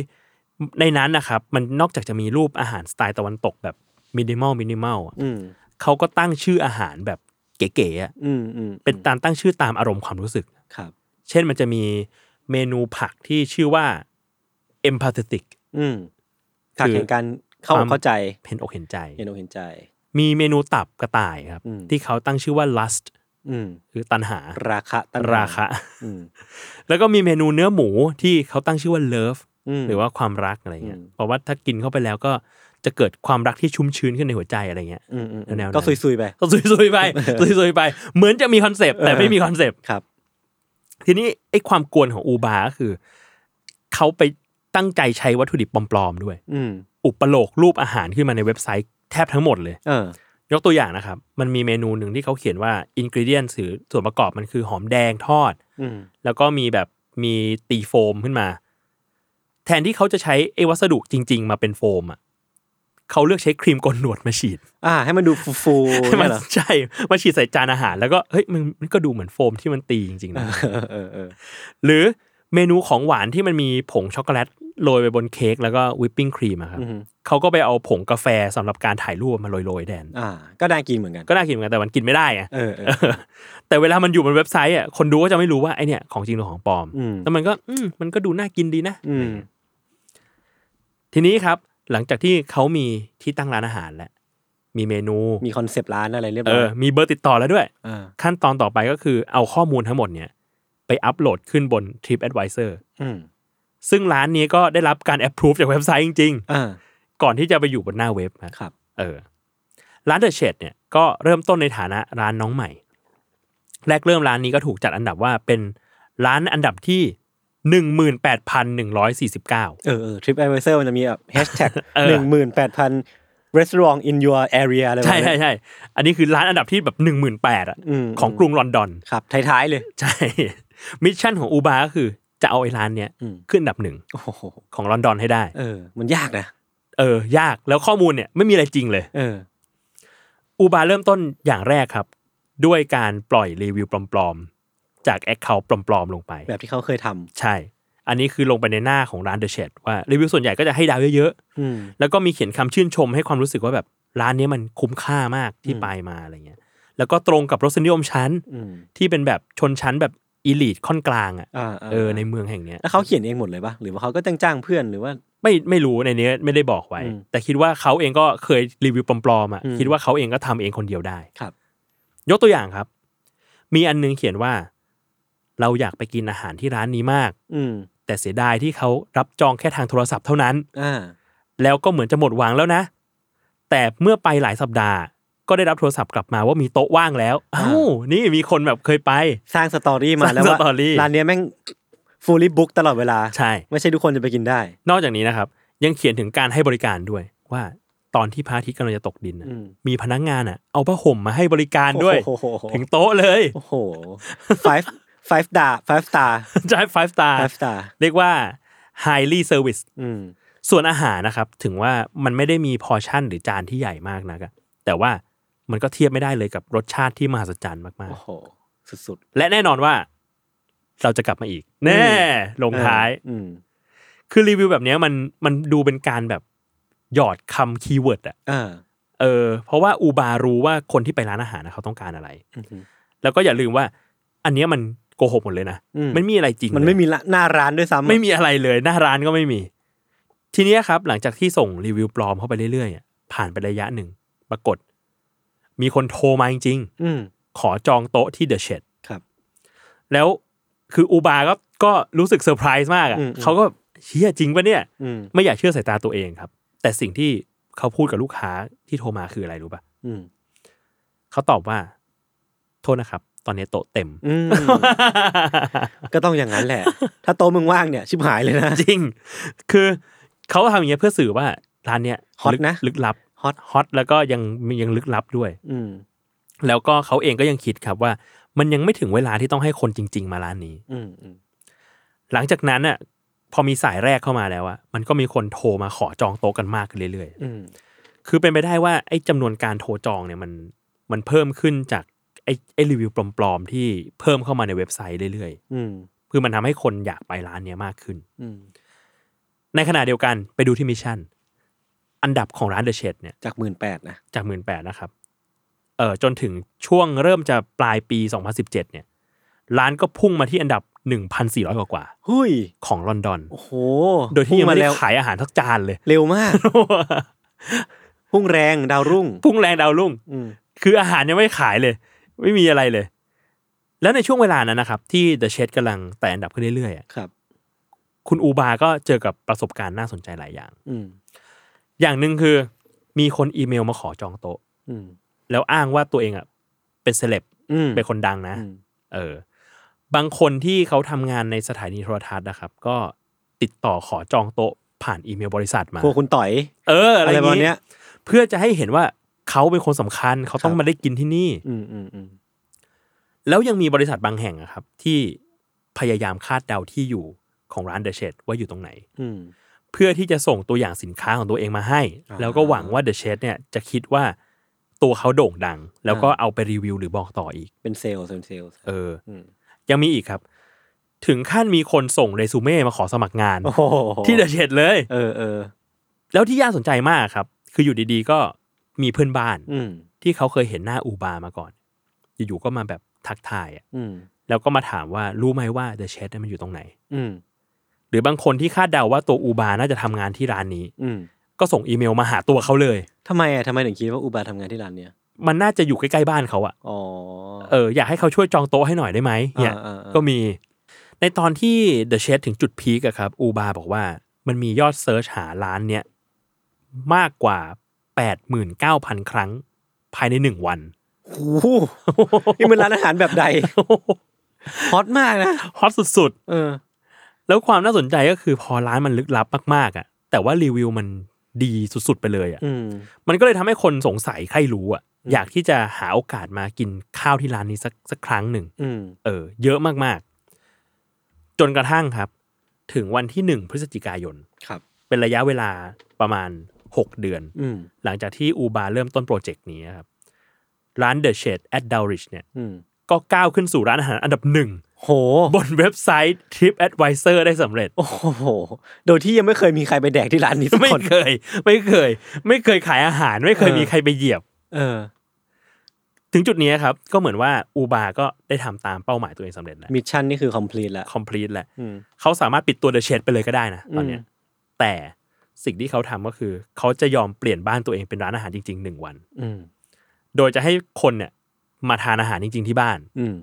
Speaker 4: ในนั้นนะครับ มันนอกจากจะมีรูปอาหารสไตล์ตะวันตกแบบมินิมอลมินิมอล
Speaker 2: อืม
Speaker 4: เขาก็ตั้งชื่ออาหารแบบเก๋ๆอะ
Speaker 2: อืมอืม
Speaker 4: เป็นการตั้งชื่อตามอารมณ์ความรู้สึก
Speaker 2: ครับ
Speaker 4: เช่นมันจะมีเมนูผักที่ชื่อว่า empathetic
Speaker 2: อืมขาดแข่งการเข้าอกเข้าใจ
Speaker 4: เห็นอกเห็นใจ
Speaker 2: เห็นอกเห็นใจ
Speaker 4: มีเมนูตับกระต่ายครับ
Speaker 2: อืม
Speaker 4: ที่เขาตั้งชื่อว่า lust
Speaker 2: อืม
Speaker 4: คือตันหา
Speaker 2: ราคาตั้ง
Speaker 4: ราคะ
Speaker 2: อืม
Speaker 4: แล้วก็มีเมนูเนื้อหมูที่เขาตั้งชื่อว่า love
Speaker 2: ม
Speaker 4: หรือว่าความรักอะไรเงี้ย
Speaker 2: อืม
Speaker 4: เพราะว่าถ้ากินเข้าไปแล้วก็จะเกิดความรักที่ชุ่มชื้นขึ้นในหัวใจอะไรเงี้ย
Speaker 2: อืมอืมอืม
Speaker 4: แนวๆนั้น
Speaker 2: ก็ซุยๆไป
Speaker 4: ก็ซุ ยๆไป ซุยๆไป เหมือนจะมีคอนเซปต์แต่ไม่มีคอนเซปต์
Speaker 2: ครับ
Speaker 4: ทีนี้ไอ้ความกวนของอูบาก็คือ เขาไปตั้งใจใช้วัตถุดิบปลอมๆด้วย
Speaker 2: อืม
Speaker 4: อุปโลกรูปอาหารขึ้นมาในเว็บไซต์แทบทั้งหมดเลย
Speaker 2: เออ
Speaker 4: ยกตัวอย่างนะครับ มันมีเมนูหนึ่งที่เขาเขียนว่าอินกิเดียนหรือส่วนประกอบมันคือหอมแดงทอด
Speaker 2: อืม
Speaker 4: แล้วก็มีแบบมีตีโฟมขึ้นมา แทนที่เขาจะใช้ไอ้วัสดุจริง ๆ มาเป็นโฟมอ่ะเขาเลือกใช้ครีมโกนหนวดมาฉีด
Speaker 2: อ่า ให้มันดูฟูๆ
Speaker 4: ให้มั
Speaker 2: เนี่ย
Speaker 4: น
Speaker 2: เหรอ
Speaker 4: ใช่มาฉีดใส่จานอาหาร แล้วก็เฮ้ยมันมันก็ดูเหมือนโฟมที่มันตีจริงๆนะ
Speaker 2: เออเออเออ
Speaker 4: หรือเมนูของหวานที่มันมีผงช็อกโกแลตโรยไปบนเค้กแล้วก็วิปปิ้งครีมอะครับ
Speaker 2: อืม
Speaker 4: เขาก็ไปเอาผงกาแฟสำหรับการถ่ายรูปมาโรยๆแทน
Speaker 2: อ่า ก็น่ากินเหมือนกัน
Speaker 4: ก็น่ากินเหมือนกันแต่มันกินไม่ได้อะ
Speaker 2: เออเออ
Speaker 4: เออแต่เวลามันอยู่บนเว็บไซต์อ่ะคนดูก็จะไม่รู้ว่าไอเนี่ยของจริงหรือของปลอม
Speaker 2: อืม
Speaker 4: แล้วมันก็อืมมันก็ดูน่ากินดีนะ
Speaker 2: อืม
Speaker 4: ทีนี้ครับ หลังจากที่เขามีที่ตั้งร้านอาหารแล้ว มีเมนู
Speaker 2: มีคอนเซปต์ร้านอะไรเรียบ
Speaker 4: เอ
Speaker 2: ร้อ
Speaker 4: อยมีเบอร์ติดต่อแล้วด้วย
Speaker 2: เออ
Speaker 4: ขั้นตอนต่อไปก็คือเอาข้อมูลทั้งหมดเนี่ย ไปอัปโหลดขึ้นบน TripAdvisor
Speaker 2: อืม
Speaker 4: ซึ่งร้านนี้ก็ได้รับการแอปพรูฟจากเว็บไซต์จริง
Speaker 2: อ่า
Speaker 4: ๆ ก่อนที่จะไปอยู่บนหน้าเว็บฮะ
Speaker 2: ครับ
Speaker 4: เออร้านเดอะเชดเนี่ยก็เริ่มต้นในฐานะร้านน้องใหม่ แรกเริ่มร้านนี้ก็ถูกจัดอันดับว่าเป็นร้านอันดับที่ 18,149
Speaker 2: เออเออทริปแอดไวเซอร์มันจะมี แบบแฮชแท็ก
Speaker 4: เออ
Speaker 2: หนึ่งหมื่นแปดพัน restaurant in your area อะไรแบบ
Speaker 4: ใช่
Speaker 2: นี้
Speaker 4: ใช่ใช่อันนี้คือร้านอันดับที่แบบ 18,000อะ
Speaker 2: ม
Speaker 4: ของกรุงลอนดอน
Speaker 2: ครับ ท้าย ๆ เลย
Speaker 4: ใช่ มิชชั่นของอูบาก็คือจะเอาไอ้ร้านเนี้ย
Speaker 2: อืม
Speaker 4: ขึ้นอันดับหนึ่ง
Speaker 2: โอ้โห
Speaker 4: ของลอนดอนให้ได้
Speaker 2: เออ มันยากนะ
Speaker 4: เออ ยากแล้วข้อมูลเนี่ยไม่มีอะไรจริงเลย
Speaker 2: เออ
Speaker 4: อูบาเริ่มต้นอย่างแรกครับ ด้วยการปล่อยรีวิวปลอมๆจากแอคเคาท์ปลอมๆลงไป
Speaker 2: แบบที่เขาเคยท
Speaker 4: ใช่ อันนี้คือลงไปในหน้าของร้านเดอะเชดว่ารีวิวส่วนใหญ่ก็จะให้ดาวเยอะ
Speaker 2: ำอืม
Speaker 4: ๆ แล้วก็มีเขียนคำชื่นชมให้ความรู้สึกว่าแบบร้านนี้มันคุ้มค่ามากที่ไปมาอะไรเงี้ย แล้วก็ตรงกับรสนิยมชั้น
Speaker 2: อืม
Speaker 4: ที่เป็นแบบชนชั้นแบบอีลีทค่อนกลางอ่ะ
Speaker 2: อ่า
Speaker 4: เออในเมืองแห่งเนี้ย
Speaker 2: แล้วเขาเขียนเองหมดเลยปะหรือว่าเขาก็จ้างๆเพื่อนหรือว่า
Speaker 4: ไม่ไม่รู้ในนี้ไม่ได้บอกไว้
Speaker 2: อืม
Speaker 4: แต่คิดว่าเขาเองก็เคยรีวิวปลอมๆอ่ะ
Speaker 2: อืม
Speaker 4: คิดว่าเขาเองก็ทำเองคนเดียวได้
Speaker 2: ครับ
Speaker 4: ยกตัวอย่างครับ มีอันนึงเขียนว่า เราอยากไปกินอาหารที่ร้านนี้มาก
Speaker 2: อืม
Speaker 4: แต่เสียดายที่เขารับจองแค่ทางโทรศัพท์เท่านั้น
Speaker 2: อ่า
Speaker 4: แล้วก็เหมือนจะหมดหวังแล้วนะ แต่เมื่อไปหลายสัปดาห์ ก็ได้รับโทรศัพท์กลับมาว่ามีโต๊ะว่างแล้ว อ้าว นี่มีคนแบบเคยไป
Speaker 2: สร้างสตอรี่มาแล้ว
Speaker 4: สร้าง
Speaker 2: ว่า
Speaker 4: สตอรี่
Speaker 2: ร้านเนี้ยแม่ง ฟูล l บุ๊กตลอดเวลา
Speaker 4: ใช่
Speaker 2: ไม่ใช่ทุกคนจะไปกินได้
Speaker 4: นอกจากนี้นะครับ ยังเขียนถึงการให้บริการด้วย ว่าตอนที่พระอาทิตย์กำลังจะตกดินน่ะ
Speaker 2: อืม
Speaker 4: มีพนักงานอ่ะ เอาผ้าห่มมาให้บริการด้วย
Speaker 2: โอ้โห
Speaker 4: ถึงโต๊ะเลย
Speaker 2: โอ้โห five five star five star
Speaker 4: จ่าย five star
Speaker 2: five star
Speaker 4: เรียกว่า highly service
Speaker 2: อืม
Speaker 4: ส่วนอาหารนะครับ ถึงว่ามันไม่ได้มีพอร์ชั่นหรือจานที่ใหญ่มากนักอะแต่ว่ามันก็เทียบไม่ได้เลยกับรสชาติที่มหัศจรรย์มาก
Speaker 2: โอ้โห สุด
Speaker 4: ๆ และแน่นอนว่า เราจะกลับมาอีก แน่ล
Speaker 2: ๆ
Speaker 4: งท้าย
Speaker 2: อืม
Speaker 4: คือรีวิวแบบเนี้ยมันมันดูเป็นการแบบหยอดคำคีย์เวิร์ดอะ
Speaker 2: อ่า
Speaker 4: เออเพราะว่าอูบารู้ว่าคนที่ไปร้านอาหารนะเขาต้องการอะไร
Speaker 2: อืม
Speaker 4: แล้วก็อย่าลืมว่า อันเนี้ยมันโกหกหมดเลยนะ
Speaker 2: อืม
Speaker 4: ไม่มีอะไรจริง
Speaker 2: มัน
Speaker 4: เลย
Speaker 2: ไม่มีละหน้าร้านด้วยซ้ำอะ
Speaker 4: ไม่มีอะไรเลยหน้าร้านก็ไม่มี ทีเนี้ยครับ หลังจากที่ส่งรีวิวปลอมเข้าไปเรื่อยๆอ่ะผ่านไประยะหนึ่ง ปรากฏ มีคนโทรมาจริง
Speaker 2: อืม
Speaker 4: ๆ ขอจองโต๊ะที่เดอะเชด
Speaker 2: ครับ
Speaker 4: แล้วคืออูบาก็ก็รู้สึกเซอร์ไพรส์มากอ่ะ
Speaker 2: อืมอืม
Speaker 4: เขาก็เชี่ยจริงปะเนี่ย
Speaker 2: อืม
Speaker 4: ไม่อยากเชื่อสายตาตัวเองครับ แต่สิ่งที่เขาพูดกับลูกค้าที่โทรมาคืออะไรรู้ปะ
Speaker 2: อืม
Speaker 4: เขาตอบว่า โทษนะครับ ตอนนี้โต๊ะเต็ม
Speaker 2: อืมก็ต้องอย่างนั้นแหละ ถ้าโตะมึงว่างเนี่ย ชิบหายเลยนะ
Speaker 4: จริง คือเขาทำอย่างเงี้ยเพื่อสื่อว่าร้านเนี้ย
Speaker 2: ฮอต
Speaker 4: ลึก
Speaker 2: นะ
Speaker 4: ลึกลับ
Speaker 2: ฮอต
Speaker 4: ฮอตแล้วก็ยังยังลึกลับด้วย
Speaker 2: อืม
Speaker 4: แล้วก็เขาเองก็ยังคิดครับว่า มันยังไม่ถึงเวลาที่ต้องให้คนจริง ๆ มาร้านนี้
Speaker 2: อืมอืม
Speaker 4: หลังจากนั้นน่ะพอมีสายแรกเข้ามาแล้วอะมันก็มีคนโทรมาขอจองโต๊ะกันมากขึ้นเรื่อย
Speaker 2: อืม
Speaker 4: ๆ คือเป็นไปได้ว่าไอ้จำนวนการโทรจองเนี่ยมันมันเพิ่มขึ้นจากไอ้ไอ้รีวิวปลอมๆที่เพิ่มเข้ามาในเว็บไซต์เรื่อย
Speaker 2: อืม
Speaker 4: ๆคือมันทำให้คนอยากไปร้านเนี้ยมากขึ้น
Speaker 2: อืม
Speaker 4: ในขณะเดียวกันไปดูที่มิชชั่น อันดับของร้านเดอะเชดเนี่ย
Speaker 2: จากหมื่นแปดนะ
Speaker 4: จากหมื่นแปดนะครับ เออจนถึงช่วงเริ่มจะปลายปี 2017 เนี่ย ร้านก็พุ่งมาที่อันดับ 1,400 กว่ากว่า
Speaker 2: หุ้ย
Speaker 4: ๆของลอนดอน
Speaker 2: โอ้โห
Speaker 4: โดยที่ยังไม่
Speaker 2: พุ่
Speaker 4: ได้
Speaker 2: แล้ว
Speaker 4: ขายอาหารทักจานเลย
Speaker 2: เร็วมาก พุ่งแรงดาวรุ่ง
Speaker 4: พุ่งแรงดาวรุ่ง
Speaker 2: อืม
Speaker 4: คืออาหารยังไม่ขายเลย ไม่มีอะไรเลย แล้วในช่วงเวลานั้นนะครับ ที่ The Shed กำลังแต่อันดับขึ้นเรื่อยๆอะ
Speaker 2: ครับ
Speaker 4: คุณอูบาก็เจอกับประสบการณ์น่าสนใจหลายอย่าง
Speaker 2: อืม
Speaker 4: อย่างหนึ่งคือมีคนอีเมลมาขอจองโต๊ะ
Speaker 2: อืม
Speaker 4: แล้วอ้างว่าตัวเองอ่ะเป็นเซเลบ
Speaker 2: อืม
Speaker 4: เป็นคนดังนะ
Speaker 2: อืม
Speaker 4: เออบางคนที่เขาทำงานในสถานีโทรทัศน์นะครับ ก็ติดต่อขอจองโต๊ะผ่านอีเมลบริษัทมา
Speaker 2: พวกคุณต่อย
Speaker 4: เออ
Speaker 2: อะ
Speaker 4: อะไร
Speaker 2: ป
Speaker 4: ไรประ ระ
Speaker 2: มา
Speaker 4: มา
Speaker 2: ณเนี้
Speaker 4: ณเนี้
Speaker 2: ย
Speaker 4: ยเพื่อจะให้เห็นว่าเขาเป็นคนสำคัญ เขาต้
Speaker 2: ค
Speaker 4: อง
Speaker 2: รับ
Speaker 4: มาได้กินที่นี่
Speaker 2: อืมอืมอืม
Speaker 4: แล้วยังมีบริษัทบางแห่งอะครับ ที่พยายามคาดเดาที่อยู่ของร้านเดอะเชดว่าอยู่ตรงไหน
Speaker 2: อืม
Speaker 4: เพื่อที่จะส่งตัวอย่างสินค้าของตัวเองมาให้
Speaker 2: อ่า
Speaker 4: แล้วก็หวังว่าเดอะเชดเนี่ยจะคิดว่าตัวเขาโด่งดัง แล้วก็
Speaker 2: อ่า
Speaker 4: เอาไปรีวิวหรือบอกต่ออีก
Speaker 2: เป็นเซลล์เป็นเซลล์
Speaker 4: เออ
Speaker 2: อืม
Speaker 4: ยังมีอีกครับ ถึงขั้นมีคนส่งเรซูเม่มาขอสมัครงาน
Speaker 2: โอ้โห
Speaker 4: ที่เดอะเชดเลย
Speaker 2: เออเออ
Speaker 4: แล้วที่ย่าสนใจมากครับ คืออยู่ดีๆ ก็มีเพื่อนบ้าน
Speaker 2: อืม
Speaker 4: ที่เขาเคยเห็นหน้าอูบามาก่อน อยู่ๆก็มาแบบทักทายอะ
Speaker 2: อืม
Speaker 4: แล้วก็มาถามว่ารู้ไหมว่าเดอะเชดมันอยู่ตรงไหน
Speaker 2: อืม
Speaker 4: หรือบางคนที่คาดเดาว่าตัวอูบาน่าจะทำงานที่ร้านนี้
Speaker 2: อืม
Speaker 4: ก็ส่งอีเมลมาหาตัวเขาเลย
Speaker 2: ทำไมอ่ะทำไมถึงคิดว่าอุบาทำงานที่ร้านเนี้ย
Speaker 4: มันน่าจะอยู่ใกล้ๆบ้านเขาอะ
Speaker 2: อ๋อ
Speaker 4: เอออยากให้เขาช่วยจองโต๊ะให้หน่อยได้ไหมเนี่ย
Speaker 2: อ่าอ่าอ่า
Speaker 4: ก็มี ในตอนที่ The s h a d ถึงจุดพีกอะครับ อูบาบอกว่ามันมียอดเซิร์ชหาร้านเนี้ยมากกว่า 89,000 ครั้ง ภายในหนึ่งวัน
Speaker 2: โอ้โหนี่มันร้านอาหารแบบใดฮอตมากนะ
Speaker 4: ฮอตสุด
Speaker 2: เออ
Speaker 4: ๆ แล้วความน่าสนใจก็คือพอร้านมันลึกลับมากๆอะแต่ว่ารีวิวมันดีสุดๆ ไปเลยอะ
Speaker 2: อืม
Speaker 4: มันก็เลยทำให้คนสงสัยใครรู้อะอยากที่จะหาโอกาสมากินข้าวที่ร้านนี้สักสักครั้งหนึ่ง
Speaker 2: อืม
Speaker 4: เออ เยอะมากๆ จนกระทั่งครับ ถึงวันที่หนึ่งพฤศจิกายน
Speaker 2: ครับ
Speaker 4: เป็นระยะเวลาประมาณ 6 เดือน
Speaker 2: อืม
Speaker 4: หลังจากที่อูบาเริ่มต้นโปรเจกต์นี้ครับ ร้าน The Shade at Dulwich เนี่ย
Speaker 2: อืม
Speaker 4: ก็ก้าวขึ้นสู่ร้านอาหารอันดับห นึ่ง
Speaker 2: โห
Speaker 4: บนเว็บไซต์ TripAdvisor ได้สำเร็จ
Speaker 2: โอ้โห โดยที่ยังไม่เคยมีใครไปแดกที่ร้านนี้สัก
Speaker 4: ไม่
Speaker 2: คน
Speaker 4: เคย ไม่เคย ไม่เคยขายอาหาร ไม่เคย
Speaker 2: เออ
Speaker 4: มีใครไปเหยียบ
Speaker 2: เออ
Speaker 4: ถึงจุดนี้ครับ ก็เหมือนว่าอูบาก็ได้ทำตามเป้าหมายตัวเองสำเร็จแล้ว
Speaker 2: มิชชั่นนี่คือ complete แล้ว
Speaker 4: คอมพลีทแล้ว
Speaker 2: อืม
Speaker 4: เขาสามารถปิดตัว The Shade ไปเลยก็ได้นะตอนเนี้ยแต่สิ่งที่เขาทำก็คือ เขาจะยอมเปลี่ยนบ้านตัวเองเป็นร้านอาหารจริงๆหนึ่งวัน
Speaker 2: อืม
Speaker 4: โดยจะให้คนเนี่ยมาทานอาหารจริง ๆ ที่บ้าน
Speaker 2: อืม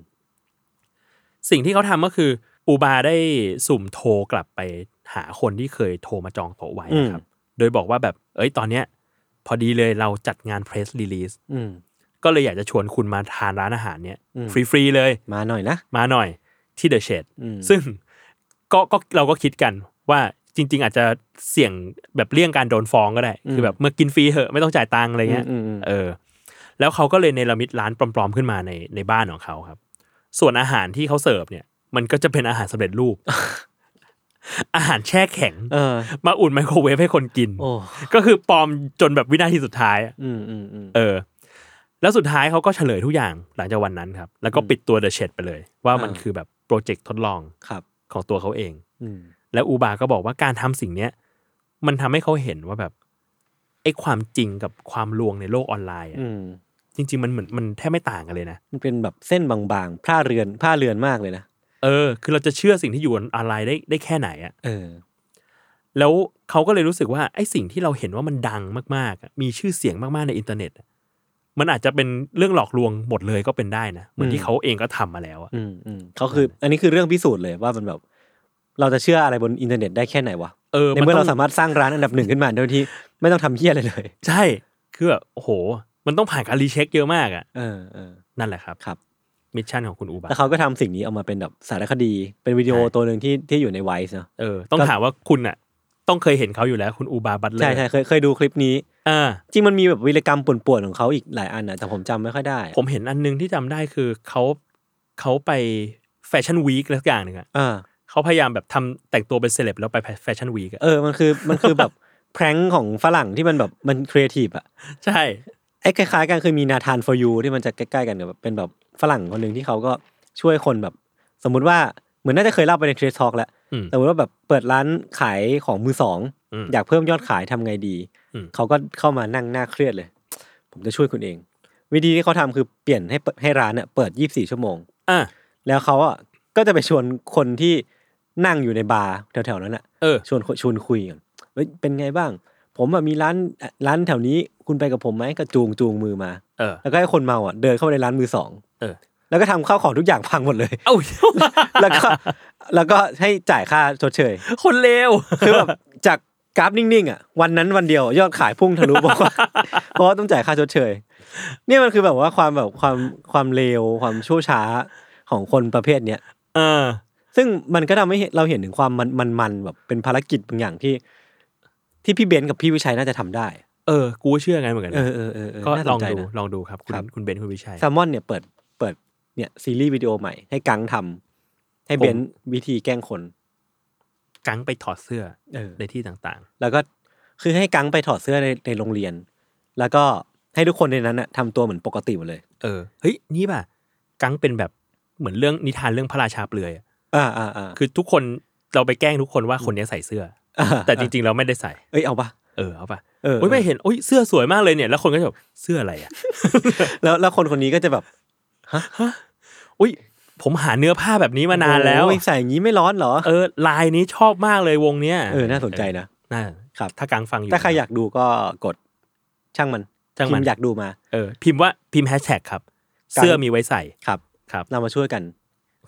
Speaker 4: สิ่งที่เขาทำก็คืออูบาได้สุ่มโทรกลับไปหาคนที่เคยโทรมาจองโต๊ะไว้นะครับ โดยบอกว่าแบบ เอ้ยตอนเนี้ย พอดีเลยเราจัดงานเพรสรีลีส
Speaker 2: อืม
Speaker 4: ก็เลยอยากจะชวนคุณมาทานร้านอาหารเนี้ย
Speaker 2: อืม
Speaker 4: ฟรี ๆ เลย
Speaker 2: มาหน่อยนะ
Speaker 4: มาหน่อยที่เดอะเชด
Speaker 2: อืม
Speaker 4: ซึ่ง ก็ก็เราก็คิดกันว่าจริง ๆ อาจจะเสี่ยงแบบเลี่ยงการโดนฟ้องก็ได้ คือแบบเมื่อกินฟรีเหอะไม่ต้องจ่ายตังค์อะไรเงี้ย
Speaker 2: อืมอืมอืม
Speaker 4: เออ แล้วเขาก็เลยเนรมิตร้านปลอมๆขึ้นมาในในบ้านของเขาครับ ส่วนอาหารที่เขาเสิร์ฟเนี่ย มันก็จะเป็นอาหารสำเร็จรูป อาหารแช่แข็ง
Speaker 2: เออ
Speaker 4: มาอุ่นไมโครเวฟให้คนกิน
Speaker 2: โอ้
Speaker 4: ก็คือปลอมจนแบบวินาทีสุดท้ายอะ
Speaker 2: อืมอืมอืม
Speaker 4: เออ แล้วสุดท้ายเขาก็เฉลยทุกอย่างหลังจากวันนั้นครับ แล้วก็ปิดตัวเดอะเชดไปเลย ว่ามันคือแบบโปรเจกต์ทดลอง
Speaker 2: ครับ
Speaker 4: ของตัวเขาเอง
Speaker 2: อืม
Speaker 4: แล้วอูบาก็บอกว่าการทำสิ่งเนี้ย มันทำให้เขาเห็นว่าแบบไอ้ความจริงกับความลวงในโลกออนไลน์อะ
Speaker 2: อืม
Speaker 4: จริง ๆ มันเหมือนมันแทบไม่ต่างกันเลยนะ
Speaker 2: มันเป็นแบบเส้นบางๆผ้าเรือนผ้าเรือนมากเลยนะ
Speaker 4: เออ คือเราจะเชื่อสิ่งที่อยู่บนออนไลน์ได้ได้แค่ไหนอะ
Speaker 2: เออ
Speaker 4: แล้วเขาก็เลยรู้สึกว่าไอ้สิ่งที่เราเห็นว่ามันดังมากๆอะมีชื่อเสียงมากๆในอินเทอร์เน็ตอะมันอาจจะเป็นเรื่องหลอกลวงหมดเลยก็เป็นได้นะ เหมือน
Speaker 2: อืม
Speaker 4: ที่เขาเองก็ทำมาแล้วอะ
Speaker 2: อืมอืมเขาคือ อันนี้คือเรื่องพิสูจน์เลยว่ามันแบบ เราจะเชื่ออะไรบนอินเทอร์เน็ตได้แค่ไหนวะ
Speaker 4: เออ
Speaker 2: ในเมื่อ
Speaker 4: ต้
Speaker 2: เรา
Speaker 4: ง
Speaker 2: สามารถสร้างร้านอันดับหนึ่งขึ้นมาโดยที่ ไม่ต้องทำเฮี้ยอะไรเลย
Speaker 4: ใช่ คือแบบโอ้โห มันต้องผ่านการรีเช็คเยอะมากอะ
Speaker 2: เออเออ
Speaker 4: นั่นแหละครับ
Speaker 2: ครับ
Speaker 4: มิชชั่นของคุณอูบา
Speaker 2: แล้วเขาก็ทำสิ่งนี้เอามาเป็นแบบสารคดี เป็นวิดีโอ
Speaker 4: ใช่
Speaker 2: ตัวหนึ่งที่ที่อยู่ในไวซ์เนาะ
Speaker 4: เออ ต้อง
Speaker 2: ก็
Speaker 4: ถามว่าคุณอะต้องเคยเห็นเขาอยู่แล้วคุณอูบาบัตเลอร์
Speaker 2: ใช่ใช่เคยเคยดูคลิปนี้
Speaker 4: อ่า
Speaker 2: จริงมันมีแบบวีรกรรมป่วนๆของเขาอีกหลายอันนะแต่ผมจำไม่ค่อยได้อะ
Speaker 4: ผมเห็นอันหนึงที่จำได้คือเขาเขาไปแฟชั่นวีคอะไรสักอย่างหนึ่งอะ
Speaker 2: อ่า
Speaker 4: เขาพยายามแบบทำแต่งตัวเป็นเซเลบแล้วไปแฟชั่นวีคอะ
Speaker 2: เออ มันคือ มันคือแบบ แพร้งของฝรั่งที่มันแบบมันครีเอทีฟอะ
Speaker 4: ใช่
Speaker 2: ไอ้คล้ายๆกันคือมีนาธาน for you ที่มันจะใกล้ๆกันกับแบบเป็นแบบฝรั่งคนหนึ่งที่เขาก็ช่วยคนแบบ สมมุติว่าเหมือนน่าจะเคยเล่าไปในเทรดทอกแล้ว
Speaker 4: อืม
Speaker 2: สมมติว่าแบบเปิดร้านขายของมือสอง
Speaker 4: อืม
Speaker 2: อยากเพิ่มยอดขายทำไงดี
Speaker 4: อืม
Speaker 2: เขาก็เข้ามานั่งหน้าเครียดเลย ผมจะช่วยคุณเอง วิธีที่เขาทำคือเปลี่ยนให้เปิดให้ร้านเนี่ยเปิด 24 ชั่วโมง
Speaker 4: อ่ะ
Speaker 2: แล้วเขาอ่ะก็จะไปชวนคนที่นั่งอยู่ในบาร์แถวๆนั้นอ่ะ
Speaker 4: เออ
Speaker 2: ชวนชวนคุยกันเฮ้ยเป็นไงบ้าง ผมอ่ะมีร้านอ่ะร้านแถวนี้คุณไปกับผมไหมก็จูงจูงมือมา
Speaker 4: เออ
Speaker 2: แล้วก็ให้คนเมาอ่ะเดินเข้าไปในร้านมือสอง
Speaker 4: เออ
Speaker 2: แล้วก็ทำข้าวของทุกอย่างพังหมดเลย
Speaker 4: เอ้า
Speaker 2: แล้วก็แล้วก็ให้จ่ายค่าชดเชย
Speaker 4: คนเลว
Speaker 2: คือแบบจากกราฟนิ่งๆอ่ะวันนั้นวันเดียวยอดขายพุ่งทะลุ บอกว่า เพราะว่าต้องจ่ายค่าชดเชยเนี่ยมันคือแบบว่าความแบบความความเลวความชั่วช้าของคนประเภทเนี้ย
Speaker 4: เออ
Speaker 2: ซึ่งมันก็ทำให้เราเห็นถึงความมันมันมันแบบเป็นภารกิจบางอย่างที่ ที่พี่เบนซ์กับพี่วิชัยน่าจะทำได้
Speaker 4: เออ กูก็เชื่อไงนเหมือนกัน
Speaker 2: เอ
Speaker 4: นะ
Speaker 2: อเออเออเออ
Speaker 4: ก็
Speaker 2: น่า
Speaker 4: ล
Speaker 2: ส
Speaker 4: อง
Speaker 2: นใจ
Speaker 4: ดู
Speaker 2: นะ
Speaker 4: ลองดูครับ คุณ
Speaker 2: ครับ
Speaker 4: คุณเบนซ์คุณวิชัย
Speaker 2: แซลมอนเนี่ยเปิดเปิดเนี่ยซีรีส์วิดีโอใหม่ให้กังทำให้เบนซ์วิธีแกล้งคน
Speaker 4: กังไปถอดเสื้อ
Speaker 2: เออ
Speaker 4: ในที่ต่าง
Speaker 2: แล้วก็คือให้กังไปถอดเสื้อในในโรงเรียน แล้วก็ให้ทุกคนในนั้นน่ะทำตัวเหมือนปกติหมดเลย
Speaker 4: ๆ เออ เฮ้ย นี่ป่ะ กังเป็นแบบเหมือนเรื่องนิทานเรื่องพระราชาเปลือยอะ
Speaker 2: อ่าอ่าอ่า
Speaker 4: คือทุกคนเราไปแกล้งทุกคนว่าคนเนี้ยใส่เสื้อ แต่จริงๆเราไม่ได้ใส่
Speaker 2: เอ้ยเอาปะ
Speaker 4: เออ เอาป่ะ
Speaker 2: เออ
Speaker 4: โอ้ยไม่เห็นโอ้ยเสื้อสวยมากเลยเนี่ย แล้วคนก็จะแบบเสื้ออะไรอ่ะ
Speaker 2: แล้วแล้วคนคนนี้ก็จะแบบ
Speaker 4: อุ้ย ผมหาเนื้อผ้าแบบนี้มานานแล้ว
Speaker 2: โอ้ยใส่อย่างนี้ไม่ร้อนเหรอ
Speaker 4: เออ ลายนี้ชอบมากเลยวงเนี้ย
Speaker 2: เออน่าสนใจนะ
Speaker 4: น่า
Speaker 2: ครับ
Speaker 4: ถ้ากังฟังอยู่
Speaker 2: ถ้าใครอยากดูก็กดช่างมัน
Speaker 4: ช่างมัน
Speaker 2: พิพ์อยากดูมา
Speaker 4: เออพิมพ์ว่าพิมพ์แฮชแท็กครับ
Speaker 2: กัน
Speaker 4: เสื้อมีไว้ใส่
Speaker 2: ครับ
Speaker 4: ครับ
Speaker 2: เรามาช่วยกัน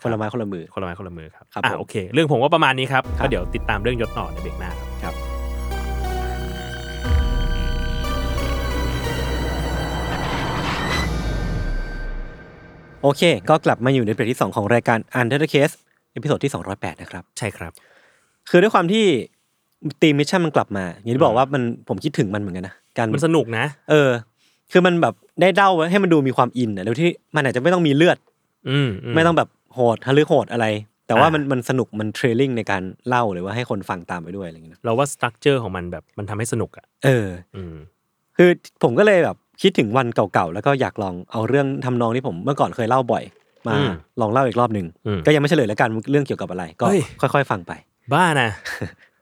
Speaker 2: คนละไม้คนละมือ
Speaker 4: คนละไม้คนละมือครับ
Speaker 2: ครับ
Speaker 4: อ่ะ
Speaker 2: ผม
Speaker 4: โอเค เรื่องผมว่าประมาณนี้ครับ
Speaker 2: ครับ
Speaker 4: ก็เดี๋ยวติดตามเรื่องยศหน่อในเบรกหน้าครับ
Speaker 2: ครับ โอเค ก็กลับมาอยู่ในเบรกที่ 2 ของรายการ Under the Case เอพิโซดที่ 208 นะครับ
Speaker 4: ใช่ครับ
Speaker 2: คือด้วยความที่ตีมมิชชั่นมันกลับมา อย่างที่บอกว่ามันผมคิดถึงมันเหมือนกันนะการ
Speaker 4: มันสนุกนะ
Speaker 2: เออ คือมันแบบได้เดาไว้ให้มันดูมีความอินนะโดยที่มันอาจจะไม่ต้องมีเลือด
Speaker 4: อืม
Speaker 2: ไม่ต้องแบบโหดทะลึกโหดอะไร แต่ว่า
Speaker 4: อ่ามั
Speaker 2: มันมันสนุกมันเทรลลิ่งในการเล่าหรือว่าให้คนฟังตามไปด้วยอะไรอย่างเงี้ยนะ
Speaker 4: เราว่าสตรัคเจอร์ของมันแบบมันทำให้สนุกอ่ะ
Speaker 2: เออ
Speaker 4: อืม
Speaker 2: คือผมก็เลยแบบคิดถึงวันเก่าๆ แล้วก็อยากลองเอาเรื่องทำนองที่ผมเมื่อก่อนเคยเล่าบ่อย มา
Speaker 4: อืม
Speaker 2: ลองเล่าอีกรอบหนึ่ง
Speaker 4: อืม
Speaker 2: ก็ยังไม่เฉลยแล้วกันเรื่องเกี่ยวกับอะไร ก็
Speaker 4: เฮ้ย
Speaker 2: ค่อยๆ ฟังไป
Speaker 4: บ้านะ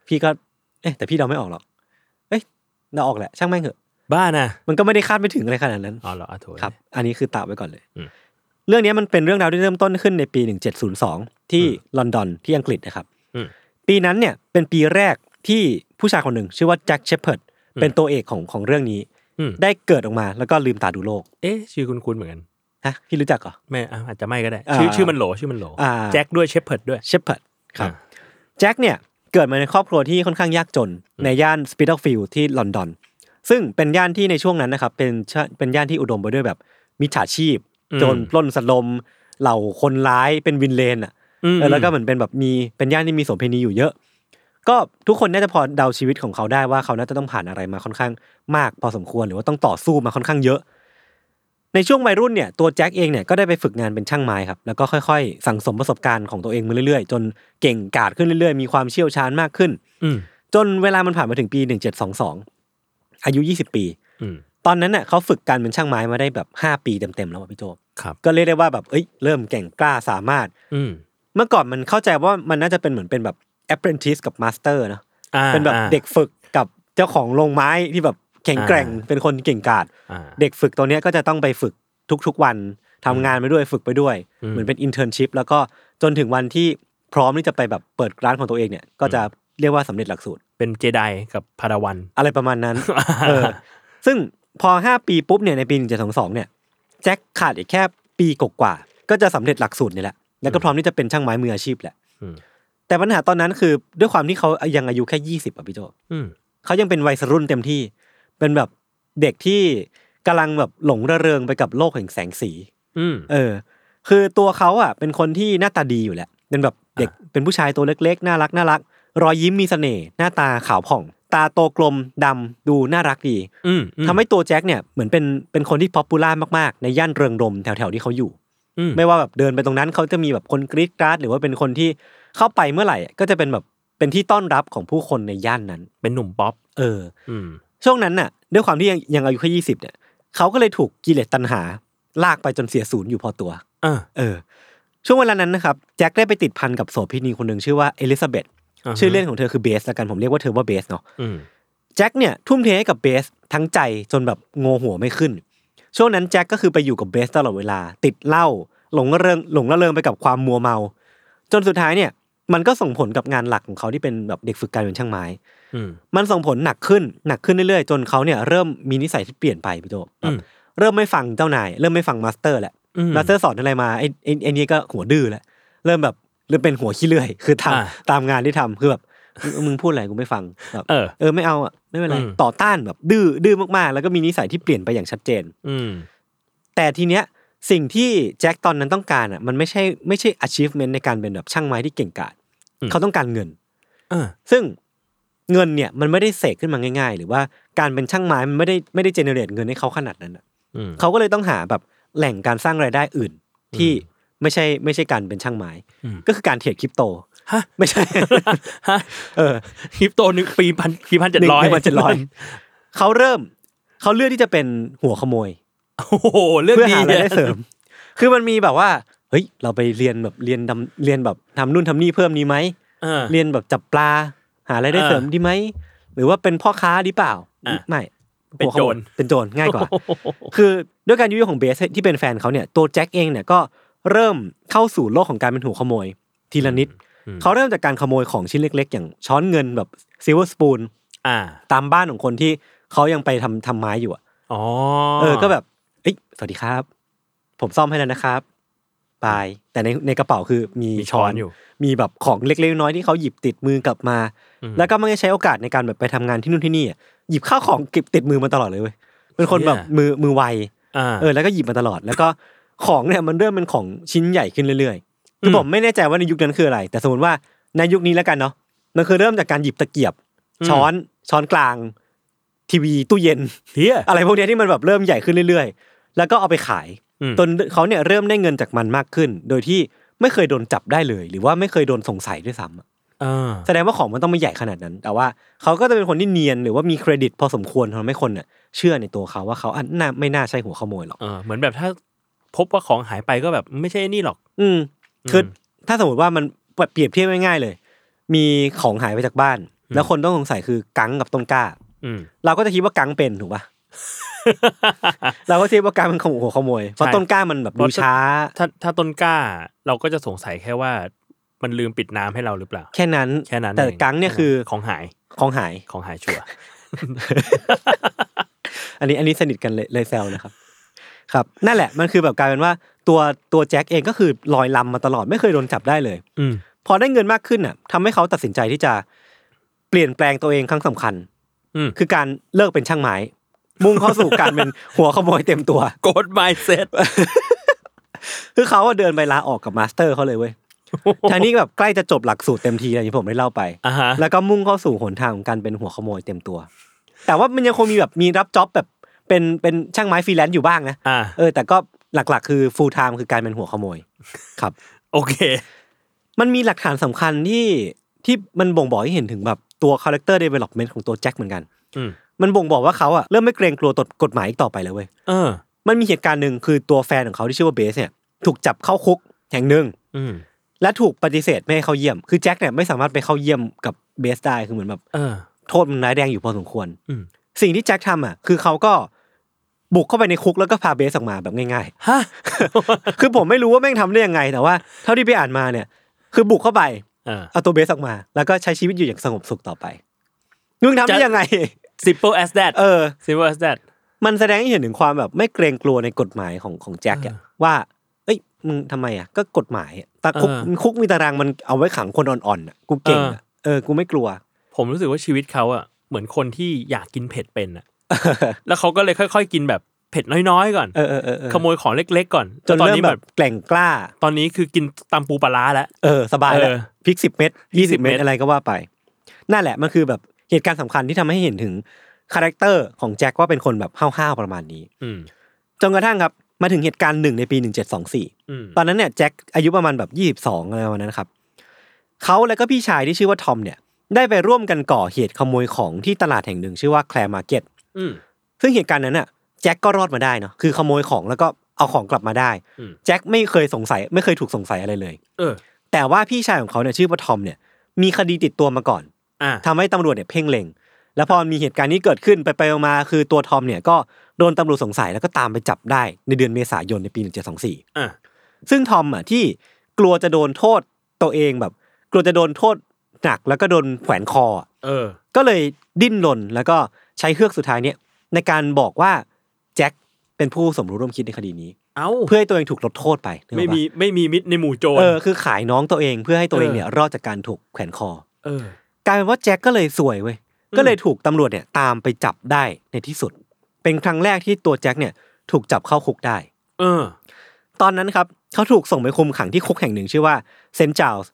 Speaker 2: พี่ก็ เอ๊ะแต่พี่เดาไม่ออกหรอกเอ้ยเดาออกแหละช่างแม่งเถอะ
Speaker 4: บ้านะ
Speaker 2: มันก็ไม่ได้คาดไม่ถึงอะไรขนาดนั้น
Speaker 4: อ๋อเหรออ่ะโถ
Speaker 2: ครับ อันนี้คือตากไว้ก่อนเลย
Speaker 4: อืม
Speaker 2: เรื่องนี้มันเป็นเรื่องราวที่เริ่มต้นขึ้นในปี 1702 ที่
Speaker 4: อืม
Speaker 2: ลอนดอนที่อังกฤษนะครับ
Speaker 4: อืม
Speaker 2: ปีนั้นเนี่ยเป็นปีแรกที่ผู้ชายคนหนึ่งชื่อว่าแจ็คเชพเพิร์ด
Speaker 4: อืม
Speaker 2: เป็นตัวเอกของของเรื่องนี้
Speaker 4: อืม
Speaker 2: ได้เกิดออกมาแล้วก็ลืมตาดูโลก
Speaker 4: เอ๊ะชื่อคุณคุณเหมือนกัน
Speaker 2: ฮะ พี่รู้จักเหรอ
Speaker 4: ไม่อ่ะอาจจะไม่ก็ได้
Speaker 2: อ่า
Speaker 4: ชื่อชื่อมันโหลชื่อมันโหล
Speaker 2: อ่า
Speaker 4: แจ็คด้วยเชฟเพิร์ดด้วย
Speaker 2: เชพเพิร์ดครับ
Speaker 4: อ่า
Speaker 2: แจ็คเนี่ยเกิดมาในครอบครัวที่ค่อนข้างยากจนในย่านสปิตฟิลที่ลอนดอน ซึ่งเป็นย่านที่ในช่วงนั้นนะครับเป็นชะเป็นย่านที่อุดมไปด้วยแบบมิจฉาชีพ
Speaker 4: อืม
Speaker 2: โจรปล้นสลม เหล่าคนร้ายเป็นวินเลนอ่ะ
Speaker 4: อืม
Speaker 2: เออแล้วก็เหมือนเป็นแบบมีเป็นย่านที่มีโสมเพณีอยู่เยอะ ก็ทุกคนน่าจะพอเดาชีวิตของเขาได้ว่าเขาน่าจะต้องผ่านอะไรมาค่อนข้างมากพอสมควรหรือว่าต้องต่อสู้มาค่อนข้างเยอะ ในช่วงวัยรุ่นเนี่ยตัวแจ็คเองเนี่ยก็ได้ไปฝึกงานเป็นช่างไม้ครับแล้วก็ค่อยๆ สั่งสมประสบการณ์ของตัวเองมาเรื่อยๆ จนเก่งกาจขึ้นเรื่อยๆ มีความเชี่ยวชาญมากขึ้น
Speaker 4: อืม
Speaker 2: จนเวลามันผ่านมาถึงปี 1722 อายุ 20 ปี
Speaker 4: อืม
Speaker 2: ตอนนั้นน่ะเขาฝึกการเป็นช่างไม้มาได้แบบ 5 ปีเต็มๆแล้วอะพี่โจ
Speaker 4: ครับ
Speaker 2: ก็เรียกได้ว่าแบบเอ้ยเริ่มเก่งกล้าสามารถ
Speaker 4: อืม
Speaker 2: เมื่อก่อนมันเข้าใจว่ามันน่าจะเป็นเหมือนเป็นแบบ apprentice กับ master เนอะ
Speaker 4: อ่า
Speaker 2: เป็นแบบ
Speaker 4: อ่า
Speaker 2: เด็กฝึกกับเจ้าของโรงไม้ที่แบบแข็งแกร่ง
Speaker 4: อ่า
Speaker 2: เป็นคนเก่งกาจ
Speaker 4: อ่า
Speaker 2: เด็กฝึกตัวเนี้ยก็จะต้องไปฝึกทุกๆวันทำงานไปด้วยฝึกไปด้วย
Speaker 4: อืม
Speaker 2: เหมือนเป็น internship แล้วก็จนถึงวันที่พร้อมที่จะไปแบบเปิดร้านของตัวเองเนี่ยก็จะเรียกว่าสำเร็จหลักสูตร
Speaker 4: เป็นเจไดกับพาราวัน
Speaker 2: อะไรประมาณนั้น เออ ซึ่งพอห้าปีปุ๊บเนี่ยในปีหนึ่งเจ็ดสองสองเนี่ยแจ็คขาดอีกแค่ปีกว่าๆก็จะสำเร็จหลักสูตรนี่แหละ แล้วก็พร้อมที่จะเป็นช่างไม้มืออาชีพแหละ
Speaker 4: อืม
Speaker 2: แต่ปัญหาตอนนั้นคือด้วยความที่เขายังอายุแค่ยี่สิบอ่ะพี่โจ
Speaker 4: อืม
Speaker 2: เขายังเป็นวัยรุ่นเต็มที่ เป็นแบบเด็กที่กำลังแบบหลงระเริงไปกับโลกแห่งแสงสี
Speaker 4: อืม
Speaker 2: เออ คือตัวเขาอ่ะเป็นคนที่หน้าตาดีอยู่แหละ เป็นแบบเด็ก เป็นผู้ชายตัวเล็กๆ น่ารักน่ารัก รอยยิ้มมีเสน่ห์ หน้าตาขาวผ่อง ตาโตกลมดำดูน่ารักดี
Speaker 4: อืม
Speaker 2: ทำให้ตัวแจ็คเนี่ยเหมือนเป็นเป็นคนที่ป๊อปปูล่ามากๆ ในย่านเริงรมแถวๆที่เขาอยู่
Speaker 4: อืม
Speaker 2: ไม่ว่าแบบเดินไปตรงนั้นเขาจะมีแบบคนกรีดกราร์ดหรือว่าเป็นคนที่เข้าไปเมื่อไหร่ก็จะเป็นแบบเป็นที่ต้อนรับของผู้คนในย่านนั้น
Speaker 4: เป็นหนุ่มป๊อป
Speaker 2: เออ
Speaker 4: อืม
Speaker 2: ช่วงนั้นน่ะด้วยความที่ยังยังอายุแค่ยี่สิบเนี่ยเขาก็เลยถูกกิเลสตัณหา ลากไปจนเสียศูนย์อยู่พอตัว
Speaker 4: อ่า
Speaker 2: เออ ช่วงเวลานั้นนะครับแจ็คได้ไปติดพันกับโสเภณีคนหนึ่งชื่อว่าเอลิซาเบธ
Speaker 4: าฮะ
Speaker 2: ชื่อเล่นของเธอคือเบสละกันผมเรียกว่าเธอว่าเบสเนาะ
Speaker 4: อืม
Speaker 2: แจ็คเนี่ยทุ่มเทให้กับเบสทั้งใจจนแบบโงหัวไม่ขึ้น ช่วงนั้นแจ็คก็คือไปอยู่กับเบสตลอดเวลา ติดเหล้าหลงระเริงหลงระเริงไปกับความมัวเมา จนสุดท้ายเนี่ย มันก็ส่งผลกับงานหลักของเขาที่เป็นแบบเด็กฝึกการเป็นช่างไม้
Speaker 4: อืม
Speaker 2: มันส่งผลหนักขึ้นหนักขึ้นเรื่อยๆ จนเขาเนี่ยเริ่มมีนิสัยที่เปลี่ยนไปพี่โจแบ
Speaker 4: อื
Speaker 2: บ
Speaker 4: ม
Speaker 2: เริ่มไม่ฟังเจ้านาย เริ่มไม่ฟังมาสเตอร์แหละ
Speaker 4: อืม
Speaker 2: มาสเตอร์สอนอะไรมาไอ้ไอ้ไอ้นี่ก็หัวดื้อแล้วเริ่มแบบเริ่มเป็นหัวขี้เลื่อย คือท
Speaker 4: อ่า
Speaker 2: ำตามงานที่ทำคือแบบมึงมึงพูดอะไรกูไม่ฟังแบบ
Speaker 4: เออ
Speaker 2: เออไม่เอาอ่ะไม่เป็นไร
Speaker 4: อืม
Speaker 2: ต่อต้านแบบดื้อดื้อมากๆ แล้วก็มีนิสัยที่เปลี่ยนไปอย่างชัดเจน
Speaker 4: อืม
Speaker 2: แต่ทีเนี้ยสิ่งที่แจ็คตอนนั้นต้องการอ่ะมันไม่ใช่ไม่ใช่ achievement ในการเป็นแบบช่างไม้ที่เก่งกาจ
Speaker 4: อืม
Speaker 2: เขาต้องการเงิน
Speaker 4: เออ
Speaker 2: ซึ่งเงินเนี่ยมันไม่ได้เสกขึ้นมาง่าย ๆ หรือว่าการเป็นช่างไม้มันไม่ได้ไม่ได้เจเนเรตเงินให้เขาขนาดนั้นอะ
Speaker 4: อืม
Speaker 2: เขาก็เลยต้องหาแบบแหล่งการสร้างรายได้อื่น ที่ไม่ใช่ไม่ใช่การเป็นช่างไม้
Speaker 4: อืม
Speaker 2: ก็คือการเทรดคริปโต
Speaker 4: ฮะ
Speaker 2: ไม่ ใช่
Speaker 4: ฮะ
Speaker 2: เออ
Speaker 4: คริปโตหนึ่งปีพันปีพันเจ็ดร้อย
Speaker 2: หนึ่งพันเจ็ดร้อยเขาเริ่มเขาเลือกที่จะเป็นหัวขโมย
Speaker 4: โอ้โหเรื่อง
Speaker 2: เพื่อ
Speaker 4: ดี
Speaker 2: หารายได้เสริม คือมันมีแบบว่า เฮ้ย เราไปเรียนแบบเรียนดำเรียนแบบทำนู่นทำนี่เพิ่มดีไหม
Speaker 4: เออ
Speaker 2: เรียนแบบจับปลา หารายได้เสริมดีไหม หรือว่าเป็นพ่อค้าดีเปล่า
Speaker 4: อ่ะ
Speaker 2: ไม่
Speaker 4: เป็นโจร
Speaker 2: หัวขโมยเป็นโจรง่ายกว่า คือด้วยการยุยงของเบสที่เป็นแฟนเขาเนี่ย ตัวแจ็คเองเนี่ยก็เริ่มเข้าสู่โลกของการเป็นหัวขโมย ทีละนิด เขาเริ่มจากการขโมยของชิ้นเล็ก ๆ อย่างช้อนเงินแบบซิลเวอร์สปูน
Speaker 4: อ่า
Speaker 2: ตามบ้านของคนที่เขายังไปทำทำไม้อยู่อะ
Speaker 4: อ๋อ
Speaker 2: เออ ก็แบบ เอ้ย สวัสดีครับ ผมซ่อมให้แล้วนะครับบาย แต่ในในกระเป๋าคือมี
Speaker 4: มีช้อนอยู่
Speaker 2: มีแบบของเล็กๆน้อยๆที่เขาหยิบติดมือกลับมา
Speaker 4: อืม
Speaker 2: แล้วก็ไม่ได้ใช้โอกาสในการแบบไปทำงานที่นู่นที่นี่อะหยิบข้าวของเก็บติดมือมาตลอดเลยเว้ย เป็นคนแบบ
Speaker 4: เนี่ย
Speaker 2: มือมือไว
Speaker 4: อ่า
Speaker 2: เออ แล้วก็หยิบมาตลอด แล้วก็ของเนี่ยมันเริ่มเป็นของชิ้นใหญ่ขึ้นเรื่อยๆ คือ
Speaker 4: ม
Speaker 2: ผมไม่แน่ใจว่าในยุคนั้นคืออะไร แต่สมมติว่าในยุคนี้แล้วกันเนาะ มันคือเริ่มจากการหยิบตะเกียบ ช้อน ช้อนกลาง ทีวี ตู้เย็น
Speaker 4: เฮีย
Speaker 2: อะไรพวกเนี้ยที่มันแบบเริ่มใหญ่ขึ้นเรื่อยๆ แล้วก็เอาไปขาย
Speaker 4: อืม
Speaker 2: จนเขาเนี่ยเริ่มได้เงินจากมันมากขึ้น โดยที่ไม่เคยโดนจับได้เลย หรือว่าไม่เคยโดนสงสัยด้วยซ้ำอะ
Speaker 4: เออ
Speaker 2: แสดงว่าของมันต้องไม่ใหญ่ขนาดนั้น แต่ว่าเขาก็จะเป็นคนที่เนียนหรือว่ามีเครดิตพอสมควรทำให้คนเนี่ยเชื่อในตัวเขาว่าเขาอันน่าไม่น่าใช่หัวขโมยหรอก
Speaker 4: เออ เหมือนแบบถ้าพบว่าของหายไปก็แบบไม่ใช่นี่หรอก
Speaker 2: อืมคืออ
Speaker 4: ม
Speaker 2: ถ้าสมมติว่ามันเปรียบเทียบง่ายๆเลย มีของหายไปจากบ้าน
Speaker 4: อืม
Speaker 2: แล้วคนต้องสงสัยคือกังกับต้นกล้า
Speaker 4: อืม
Speaker 2: เราก็จะคิดว่ากังเป็นถูก ปะ เราก็คิดว่ากังมันขโมยหัวขโมยเพราะ
Speaker 4: ใช่
Speaker 2: ต้นกล้ามันแบบ
Speaker 4: เพ
Speaker 2: ดู
Speaker 4: ราะ
Speaker 2: ช้า
Speaker 4: ถ้าถ้าต้นกล้าเราก็จะสงสัยแค่ว่ามันลืมปิดน้ำให้เราหรือเปล่า
Speaker 2: แค่นั้น
Speaker 4: แค่นั้น
Speaker 2: แต่
Speaker 4: เอง
Speaker 2: กังเนี่ยคือ
Speaker 4: ของหาย
Speaker 2: ของหาย
Speaker 4: ของหายชัวร์
Speaker 2: อันนี้อันนี้สนิทกันเลยเลยแซวนะครับ ครับ นั่นแหละมันคือแบบกลายเป็นว่าตัวตัวแจ็คเองก็คือลอยลำมาตลอดไม่เคยโดนจับได้เลย
Speaker 4: อืม
Speaker 2: พอได้เงินมากขึ้นน่ะทำให้เขาตัดสินใจที่จะเปลี่ยนแปลงตัวเองครั้งสำคัญ
Speaker 4: อืม
Speaker 2: คือการเลิกเป็นช่างไม้ มุ่งเข้าสู่การเป็น หัวขโมยเต็มตัว
Speaker 4: กดไมเซ็ต
Speaker 2: คือเขาอะเดินไปลาออกกับมาสเตอร์เขาเลยเว้ย ทางนี้แบบใกล้จะจบหลักสูตรเต็มทีอย่างที่ผมได้เล่าไป
Speaker 4: อ่าฮะ
Speaker 2: แล้วก็มุ่งเข้าสู่หนทางของการเป็นหัวขโมยเต็มตัว แต่ว่ามันยังคงมีแบบมีรับจ็อบแบบเป็นเป็นช่างไม้ฟรีแลนซ์อยู่บ้างนะ
Speaker 4: อ่า
Speaker 2: เออแต่ก็หลักๆ คือฟูลไทม์คือการเป็นหัวขโมย ครับ
Speaker 4: โอเค
Speaker 2: มันมีหลักฐานสำคัญที่ที่มันบ่งบอกให้เห็นถึงแบบตัวคาแรคเตอร์เดเวล็อปเมนต์ของตัวแจ็คเหมือนกัน
Speaker 4: อืม
Speaker 2: มันบ่งบอกว่าเขาอะเริ่มไม่เกรงกลัวตดกฎหมายอีกต่อไปแล้วเว้ย
Speaker 4: เออ
Speaker 2: มันมีเหตุการณ์หนึ่งคือตัวแฟนของเขาที่ชื่อว่าเบสเนี่ยถูกจับเข้าคุกแห่งหนึ่ง
Speaker 4: อืม
Speaker 2: และถูกปฏิเสธไม่ให้เข้าเยี่ยม คือแจ็คเนี่ยไม่สามารถไปเข้าเยี่ยมกับเบสได้คือเหมือนแบบ
Speaker 4: เออ
Speaker 2: โทษมันร้ายแรงอยู่พอสมควร
Speaker 4: อืม
Speaker 2: สิ่งที่แจ็คทำอ่ะคือเขาก็บุกเข้าไปในคุกแล้วก็พาเบสออกมาแบบง่าย
Speaker 4: ฮะ
Speaker 2: ๆ คือผมไม่รู้ว่าแม่งทำได้ยังไง แต่ว่าเท่าที่ไปอ่านมาเนี่ย คือบุกเข้าไป
Speaker 4: เออ
Speaker 2: เอาตัวเบสออกมา แล้วก็ใช้ชีวิตอยู่อย่างสงบสุขต่อไปมึงทำได้ยังไง
Speaker 4: simple as that
Speaker 2: เออ
Speaker 4: simple as that
Speaker 2: มันแสดงให้เห็นถึงความแบบไม่เกรงกลัวในกฎหมายของของแจ็คอะว่า เอ้ยมึงทำไมอ่ะก็กฎหมายอะตะคุก
Speaker 4: เออ
Speaker 2: คุกมีตารางมันเอาไว้ขังคนอ่อนๆอะกูเก่งอะเออ กูไม่กลัว
Speaker 4: ผมรู้สึกว่าชีวิตเขาอะเหมือนคนที่อยากกินเผ็ดเป็นอะแล้วเขาก็เลยค่อยๆ กินแบบเผ็ดน้อยๆ ก่อน
Speaker 2: เออเออเออเออ
Speaker 4: ขโมยของเล็กๆ ก่อน
Speaker 2: จน
Speaker 4: ตอน
Speaker 2: เริ่ม
Speaker 4: นี้
Speaker 2: แบ
Speaker 4: แบบ
Speaker 2: บแกล่งกล้า
Speaker 4: ตอนนี้คือกินตำปูปลาร้าแล้ว
Speaker 2: เออสบายแล้ว
Speaker 4: เออ
Speaker 2: พริกสิบเม็ดยี่สิบ
Speaker 4: เม็
Speaker 2: เม็
Speaker 4: ด
Speaker 2: ดอะไรก็ว่าไป นั่นแหละมันคือแบบเหตุการณ์สำคัญที่ทำให้เห็นถึงคาแรคเตอร์ของแจ็คว่าเป็นคนแบบห้าวๆประมาณนี้
Speaker 4: อืม
Speaker 2: จนกระทั่งครับมาถึงเหตุการณ์หนึ่งในปี 1724
Speaker 4: อืม
Speaker 2: ตอนนั้นเนี่ยแจ็คอายุประมาณแบบ 22 อะไรประมาณนั้นครับเขาและก็พี่ชายที่ชื่อว่าทอมเนี่ยได้ไปร่วมกันก่อเหตุขโมยของที่ตลาดแห่งหนึ่ง ชื่อว่าแคลร์มาร์เก็ต
Speaker 4: อืม
Speaker 2: ซึ่งเหตุการณ์นั้นน่ะแจ็คก็รอดมาได้เนาะคือขโมยของแล้วก็เอาของกลับมาได้
Speaker 4: อืม
Speaker 2: แจ็คไม่เคยสงสัยไม่เคยถูกสงสัยอะไรเลย
Speaker 4: เออ
Speaker 2: แต่ว่าพี่ชายของเขาเนี่ยชื่อว่าทอมเนี่ยมีคดีติดตัวมาก่อน
Speaker 4: อ่ะ
Speaker 2: ทำให้ตำรวจเนี่ยเพ่งเล็ง แล้วพอมีเหตุการณ์นี้เกิดขึ้นไปไปๆมาๆคือตัวทอมเนี่ยก็โดนตำรวจสงสัยแล้วก็ตามไปจับได้ในเดือนเมษายนในปี 1724
Speaker 4: อ่ะ
Speaker 2: ซึ่งทอมอ่ะที่กลัวจะโดนโทษตัวเองแบบ กลัวจะโดนโทษหนักแล้วก็โดนแขวนคออ่ะ
Speaker 4: เออ
Speaker 2: ก็เลยดิ้นรนแล้วก็ใช้เครือกสุดท้ายเนี่ยในการบอกว่าแจ็คเป็นผู้สมรู้ร่วมคิดในคดีนี้
Speaker 4: เอ้า
Speaker 2: เพื่อให้ตัวเองถูกลดโทษไปนึกออ
Speaker 4: ไม่
Speaker 2: กปะ
Speaker 4: มีไม่มีมิตรในหมู่โจร
Speaker 2: เออคือขายน้องตัวเองเพื่อให้ตัวเอง
Speaker 4: เออ
Speaker 2: เนี่ยรอดจากการถูกแขวนคอ
Speaker 4: เออ
Speaker 2: กลายเป็นว่าแจ็คก็เลยสวยเว้ย
Speaker 4: อืม
Speaker 2: ก็เลยถูกตำรวจเนี่ยตามไปจับได้ในที่สุด เป็นครั้งแรกที่ตัวแจ็คเนี่ยถูกจับเข้าคุกได้
Speaker 4: เออ
Speaker 2: ตอนนั้นครับเขาถูกส่งไปคุมขังที่คุกแห่งหนึ่งชื่อว่าเซนต์จาวส์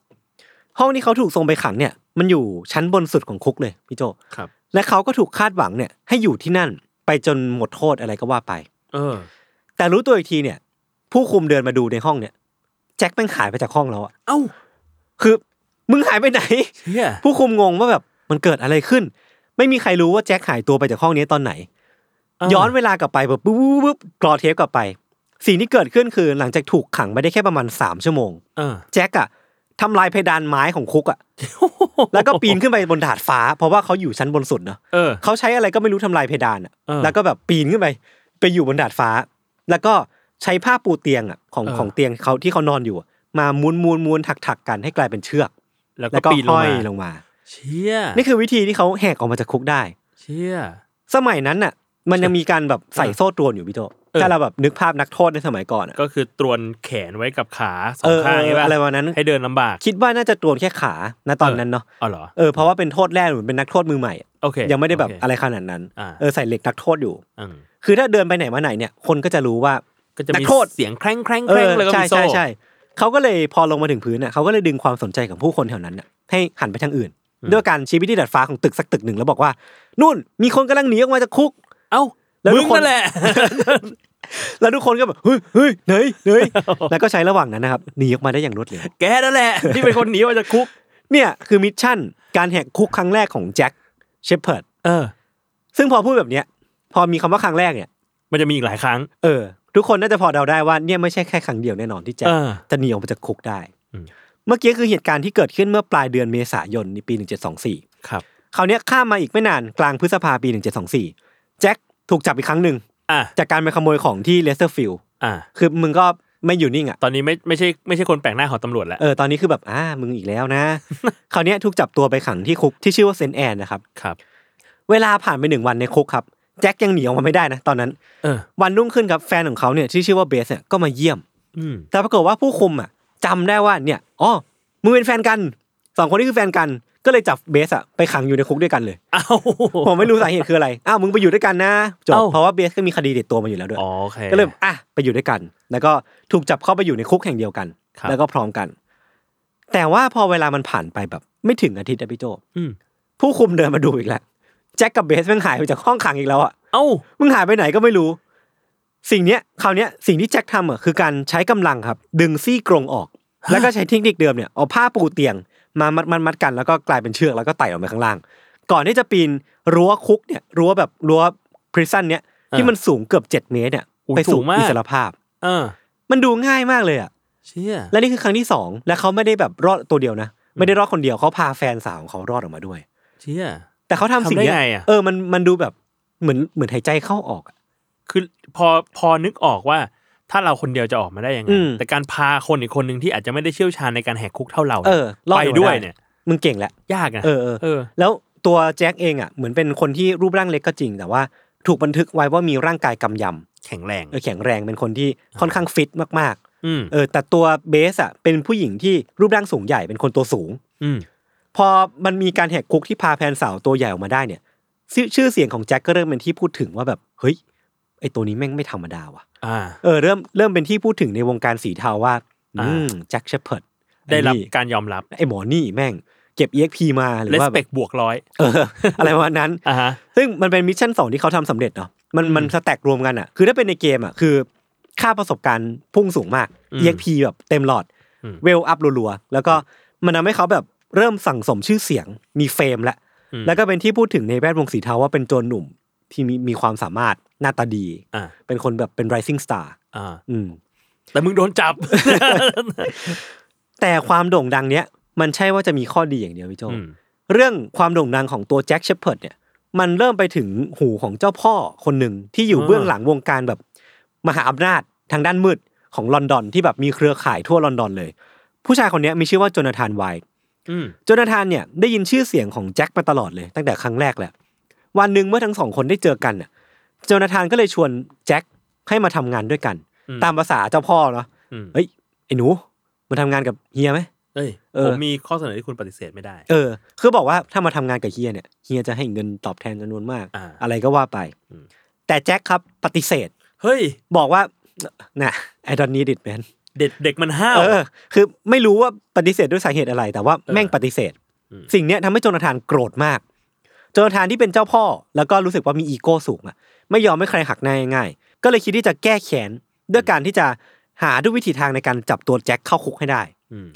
Speaker 2: ห้องที่เขาถูกส่งไปขังเนี่ยมันอยู่ชั้นบนสุดของคุกเลยพี่โจ
Speaker 4: ครับ
Speaker 2: และเขาก็ถูกคาดหวังเนี่ยให้อยู่ที่นั่นไปจนหมดโทษอะไรก็ว่าไป
Speaker 4: เออ
Speaker 2: แต่รู้ตัวอีกทีเนี่ย ผู้คุมเดินมาดูในห้องเนี่ยแจ็คแม่งหายไปจากห้องแล้วอะ
Speaker 4: เอ้า
Speaker 2: คือมึงหายไปไหน
Speaker 4: เฮีย
Speaker 2: ผู้คุมงงว่าแบบมันเกิดอะไรขึ้น ไม่มีใครรู้ว่าแจ็คหายตัวไปจากห้องนี้ตอนไหน
Speaker 4: เออ
Speaker 2: ย้อนเวลากลับไปแบบปุ๊บปุ๊บปุ๊บกรอเทปกลับไป สิ่งที่เกิดขึ้นคือหลังจากถูกขังไปได้แค่ประมาณสามชั่วโมง
Speaker 4: เออ
Speaker 2: แจ็คอะทำลายเพดานไม้ของคุกอะแล้วก็ปีนขึ้นไปบนดาดฟ้า เพราะว่าเขาอยู่ชั้นบนสุดเนาะ
Speaker 4: เออ
Speaker 2: เขาใช้อะไรก็ไม่รู้ทำลายเพดานอะ
Speaker 4: เออ
Speaker 2: แล้วก็แบบปีนขึ้นไปไปอยู่บนดาดฟ้า แล้วก็ใช้ผ้าปูเตียงอะของ
Speaker 4: เออ
Speaker 2: ของเตียงเขาที่เขานอนอยู่อะมาม้วนม้วนม้วนถักถักๆกันให้กลายเป็นเชือก
Speaker 4: แล้ว
Speaker 2: แล้ว
Speaker 4: ก็
Speaker 2: ก็
Speaker 4: ปีนลง
Speaker 2: ห้อย
Speaker 4: มา
Speaker 2: ลงมา
Speaker 4: เชี่ย
Speaker 2: นี่คือวิธีที่เขาแหกออกมาจากคุกได้
Speaker 4: เชี่ย
Speaker 2: สมัยนั้นน่ะ มันยังมีการแบบใส่โซ่ตรวนอยู่พี่โต
Speaker 4: เออ
Speaker 2: ถ้าเราแบบนึกภาพนักโทษในสมัยก่อนอะ
Speaker 4: ก็คือตรวนแขนไว้กับขาสอ
Speaker 2: เอง อ
Speaker 4: ข้างใช่ปะ
Speaker 2: อะไรวันนั้น
Speaker 4: ให้เดินลำบาก
Speaker 2: คิดว่าน่าจะตรวนแค่ขานะตอนนั้นเนาะ
Speaker 4: อ๋อเหรอ
Speaker 2: เออเพราะว่าเป็นโทษแรกเหมือนเป็นนักโทษมือใหม่อะ
Speaker 4: โอเค
Speaker 2: ยังไม่ได้แบบ
Speaker 4: โเค
Speaker 2: อะไรขนาดนั้น
Speaker 4: อ่า
Speaker 2: เออใส่เหล็กนักโทษอยู่
Speaker 4: อืม
Speaker 2: คือถ้าเดินไปไหนมาไหนเนี่ยคนก็จะรู้ว่า
Speaker 4: ก็จะ
Speaker 2: นั
Speaker 4: มี
Speaker 2: กโทษ
Speaker 4: เสียงแคร่งแคร่ง
Speaker 2: เอ
Speaker 4: แคร่ง
Speaker 2: อ
Speaker 4: แล้วก็
Speaker 2: ใช่
Speaker 4: มีโซ่
Speaker 2: ใช่ใช่เขาก็เลยพอลงมาถึงพื้นเนี่ยเขาก็เลยดึงความสนใจของผู้คนแถวนั้นน่ะให้หันไปทางอื่น ด้วยการชี้ไปที่ดาดฟ้าของตึกสักตึกหนึ่งแล้วบอกว่านู่นมีคนกำลังหนีออกมาจากคุก
Speaker 4: เอ้า
Speaker 2: แล้วทุ
Speaker 4: มึ
Speaker 2: ก
Speaker 4: ง
Speaker 2: คน
Speaker 4: นั่นแหละ
Speaker 2: แล้วทุกคนก็แบบเฮ้ยเฮ้ยไหนไหน แล้วก็ใช้ระหว่างนั้นนะครับหนีออกมาได้อย่างรวดเร็ว
Speaker 4: แกนั่ นแหละ ที่เป็นคนหนีออกจากคุก
Speaker 2: เนี่ยคือมิชชั่นการแหกคุกครั้งแรกของแจ็คเชพเพิร์ด
Speaker 4: เออ
Speaker 2: ซึ่งพอพูดแบบเนี้ย พอมีคำว่าครั้งแรกเนี่ย
Speaker 4: มันจะมีอีกหลายครั้ง
Speaker 2: เออทุกคนน่าจะพอเดาได้ว่าเนี่ยไม่ใช่แค่ครั้งเดียวแน่นอนที่แจ็ค
Speaker 4: เออ
Speaker 2: จะหนีออกมาจากคุกได้
Speaker 4: อืม
Speaker 2: เมื่อกี้คือเหตุการณ์ที่เกิดขึ้นเมื่อปลายเดือนเมษายนในปี 1724
Speaker 4: ครับ
Speaker 2: คราวเนี้ยข้ามมาอีกไม่นานกลางพฤษภาปี 1724 แจ็คถูกจับอีกครั้งหนึ่ง
Speaker 4: อ่ะ
Speaker 2: จากการไปขโมยของที่เลสเตอร์ฟิลด์
Speaker 4: อ่ะ
Speaker 2: คือมึงก็ไม่อยู่นิ่งอ่ะ
Speaker 4: ตอนนี้ไม่ไม่ใช่ไม่ใช่คนแปลกหน้าของตำรวจแล้ว
Speaker 2: เออตอนนี้คือแบบอ่ามึงอีกแล้วนะ คราวเนี้ยถูกจับตัวไปขังที่คุกที่ชื่อว่าเซนต์แอนนะครับ
Speaker 4: ครับ
Speaker 2: เวลาผ่านไปหนึ่งวันในคุกครับ แจ็คยังหนีออกมาไม่ได้นะ ตอนนั้น
Speaker 4: เออ
Speaker 2: วันรุ่งขึ้นครับแฟนของเขาเนี่ยที่ชื่อว่าเบสเนี่ยก็มาเยี่ยม
Speaker 4: อืม
Speaker 2: แต่ปรากฏว่าผู้คุมอ่ะจำได้ว่าเนี่ยอ๋อมึงเป็นแฟนกันสองคนนี้คือแฟนกัน ก็เลยจับเบสอ่ะไปขังอยู่ในคุกด้วยกันเลย
Speaker 4: เอ้า
Speaker 2: ผมไม่รู้สาเหตุคืออะไรอ้าวมึงไปอยู่ด้วยกันนะจบ
Speaker 4: เอ้า
Speaker 2: เพราะว่าเบสก็มีคดีติดตัวมาอยู่แล้วด้วย
Speaker 4: อ๋อโอเค
Speaker 2: ก็เลยอ่ะไปอยู่ด้วยกัน แล้วก็ถูกจับเข้าไปอยู่ในคุกแห่งเดียวกัน
Speaker 4: ครับ
Speaker 2: แล้วก็พร้อมกัน แต่ว่าพอเวลามันผ่านไปแบบ ไม่ถึงอาทิตย์อะพี่โจ
Speaker 4: อืม
Speaker 2: ผู้คุมเดินมาดูอีกแล้วแจ็คกับเบสมันหายไปจากห้องขังอีกแล้วอ่ะ
Speaker 4: เอ้า
Speaker 2: มึงหายไปไหนก็ไม่รู้ สิ่งเนี้ยคราวเนี้ยสิ่งที่แจ็คทำอ่ะคือการใช้กำลังครับ ดึงซี่กรงออก แล้วก็ใช้เทคนิคเดิมเนี่ยเอาผ้าปูเตียง มามัดมัดมัดกันแล้วก็กลายเป็นเชือกแล้วก็ไต่ออกไปข้างล่าง ก่อนที่จะปีนรั้วคุกเนี่ยรั้วแบบรั้วพริซันเนี่ยที่มันสูงเกือบเจ็ดเมตรเนี่ย
Speaker 4: โอ้ย
Speaker 2: ไป
Speaker 4: สู
Speaker 2: สู่
Speaker 4: งมาก
Speaker 2: อิสรภาพ
Speaker 4: เออ
Speaker 2: มันดูง่ายมากเลยอ่ะ
Speaker 4: เชี่ย
Speaker 2: และนี่คือครั้งที่สองและเขาไม่ได้แบบรอดตัวเดียวนะ ไม่ได้รอดคนเดียวเขาพาแฟนสาวของเขารอดออกมาด้วย
Speaker 4: เชี่ย
Speaker 2: แต่เขาทำสิ่งเนี้ย
Speaker 4: ทำได้ไงอะ
Speaker 2: เออมันมันดูแบบเหมือนเหมือนหายใจเข้าออกอะ
Speaker 4: คือพอพอนึกออกว่า ถ้าเราคนเดียวจะออกมาได้ยังไง
Speaker 2: อืม
Speaker 4: แต่การพาคนอีกคนหนึ่งที่อาจจะไม่ได้เชี่ยวชาญในการแหกคุกเท่าเรา
Speaker 2: เออรอ
Speaker 4: ไป
Speaker 2: ออกมา
Speaker 4: ด้วยเนี่ย
Speaker 2: มึงเก่งแหละ
Speaker 4: ยากอะ
Speaker 2: เออเออ
Speaker 4: เออ
Speaker 2: แล้วตัวแจ็คเองอ่ะเหมือนเป็นคนที่รูปร่างเล็กก็จริง แต่ว่าถูกบันทึกไว้ว่ามีร่างกายกำย
Speaker 4: แข็งแรง
Speaker 2: ำเออแข็งแรงเป็นคนที่ค่อนข้างฟิตมาก
Speaker 4: อืม
Speaker 2: ๆเออแต่ตัวเบสอ่ะเป็นผู้หญิงที่รูปร่างสูงใหญ่เป็นคนตัวสูง
Speaker 4: อืม
Speaker 2: พอมันมีการแหกคุกที่พาแฟนสาวตัวใหญ่ออกมาได้เนี่ยชื่อชื่อเสียงของแจ็คก็เริ่มเป็นที่พูดถึงว่าแบบเฮ้ยไอตัวนี้แม่งไม่ธรรมดาว่ะ
Speaker 4: อ่า
Speaker 2: เออเริ่มเริ่มเป็นที่พูดถึงในวงการสีเทาว่า
Speaker 4: อ่า
Speaker 2: อืมแจ็คเชพเพิร์ด
Speaker 4: ได้รับการยอมรับ
Speaker 2: ไอหมอนี่แม่งเก็บ EXP มาหรือ
Speaker 4: respect
Speaker 2: ว่าแบบ
Speaker 4: บวกร้อย
Speaker 2: เอออะไรประมาณนั้น
Speaker 4: อ่าฮะ
Speaker 2: ซึ่งมันเป็นมิชชั่นสองที่เขาทำสำเร็จเนาะมันมันสแต็กรวมกันอ่ะ คือถ้าเป็นในเกมอ่ะคือ ค่าประสบการณ์พุ่งสูงมาก
Speaker 4: อืม
Speaker 2: EXP แบบเต็มหลอด เวลอัพรัวๆ แล้วก็มันทำให้เขาแบบเริ่มสั่งสมชื่อเสียงมีเฟมแล้ว
Speaker 4: อืม
Speaker 2: แล้วก็เป็นที่พูดถึงในแวดวงสีเทาว่าเป็นโจรหนุ่มที่มีมีความสามารถหน้าตาดี
Speaker 4: อ่า
Speaker 2: เป็นคนแบบเป็น rising star
Speaker 4: อ่า
Speaker 2: อืม
Speaker 4: แต่มึงโดนจับ
Speaker 2: แต่ความโด่งดังเนี้ยมันใช่ว่าจะมีข้อดีอย่างเดียวพี่โจ
Speaker 4: อืม
Speaker 2: เรื่องความโด่งดังของตัวแจ็คเชพเพิร์ดเนี่ยมันเริ่มไปถึงหูของเจ้าพ่อคนหนึ่งที่อยู่
Speaker 4: อ่า
Speaker 2: เบื้องหลังวงการแบบมหาอำนาจทางด้านมืดของลอนดอนที่แบบมีเครือข่ายทั่วลอนดอนเลย ผู้ชายคนเนี้ยมีชื่อว่าโจนาธานไว
Speaker 4: อืม
Speaker 2: โจนาธานเนี่ยได้ยินชื่อเสียงของแจ็คมาตลอดเลย ตั้งแต่ครั้งแรกแหละวันหนึ่งเมื่อทั้งสองคนได้เจอกันน่ะโจนาธานก็เลยชวนแจ็คให้มาทำงานด้วยกัน
Speaker 4: อื
Speaker 2: ตามภาษาเจ้าพ่อเนาะ
Speaker 4: อืม
Speaker 2: เฮ้ยไอ้หนูมาทำงานกับเฮียไหม
Speaker 4: เอ้ย
Speaker 2: เออ
Speaker 4: ผมมีข้อเสนอที่คุณปฏิเสธไม่ได้
Speaker 2: เออคือบอกว่าถ้ามาทำงานกับเฮียเนี่ยเฮียจะให้เงินตอบแทนจำนวนมาก
Speaker 4: อ่า
Speaker 2: อะไรก็ว่าไป
Speaker 4: อืม
Speaker 2: แต่แจ็คครับปฏิเสธ
Speaker 4: เฮ้ย
Speaker 2: บอกว่าน่ะไอ้ดอนนี้ดิดแมน
Speaker 4: เด็กเด็กมันห้าว
Speaker 2: เออ คือไม่รู้ว่าปฏิเสธด้วยสาเหตุอะไร แต่ว่าแม่งปฏิเสธ
Speaker 4: อืม
Speaker 2: สิ่งเนี้ยทำให้โจนาธานโกรธมาก โจนาธานที่เป็นเจ้าพ่อ แล้วก็รู้สึกว่ามีอีโก้สูงอะไม่ยอมให้ใครหักหน้าง่ายๆก็เลยคิดที่จะแก้แค้นด้วยการที่จะหาด้วยวิธีทางในการจับตัวแจ็คเข้าคุกให้ได้
Speaker 4: อืม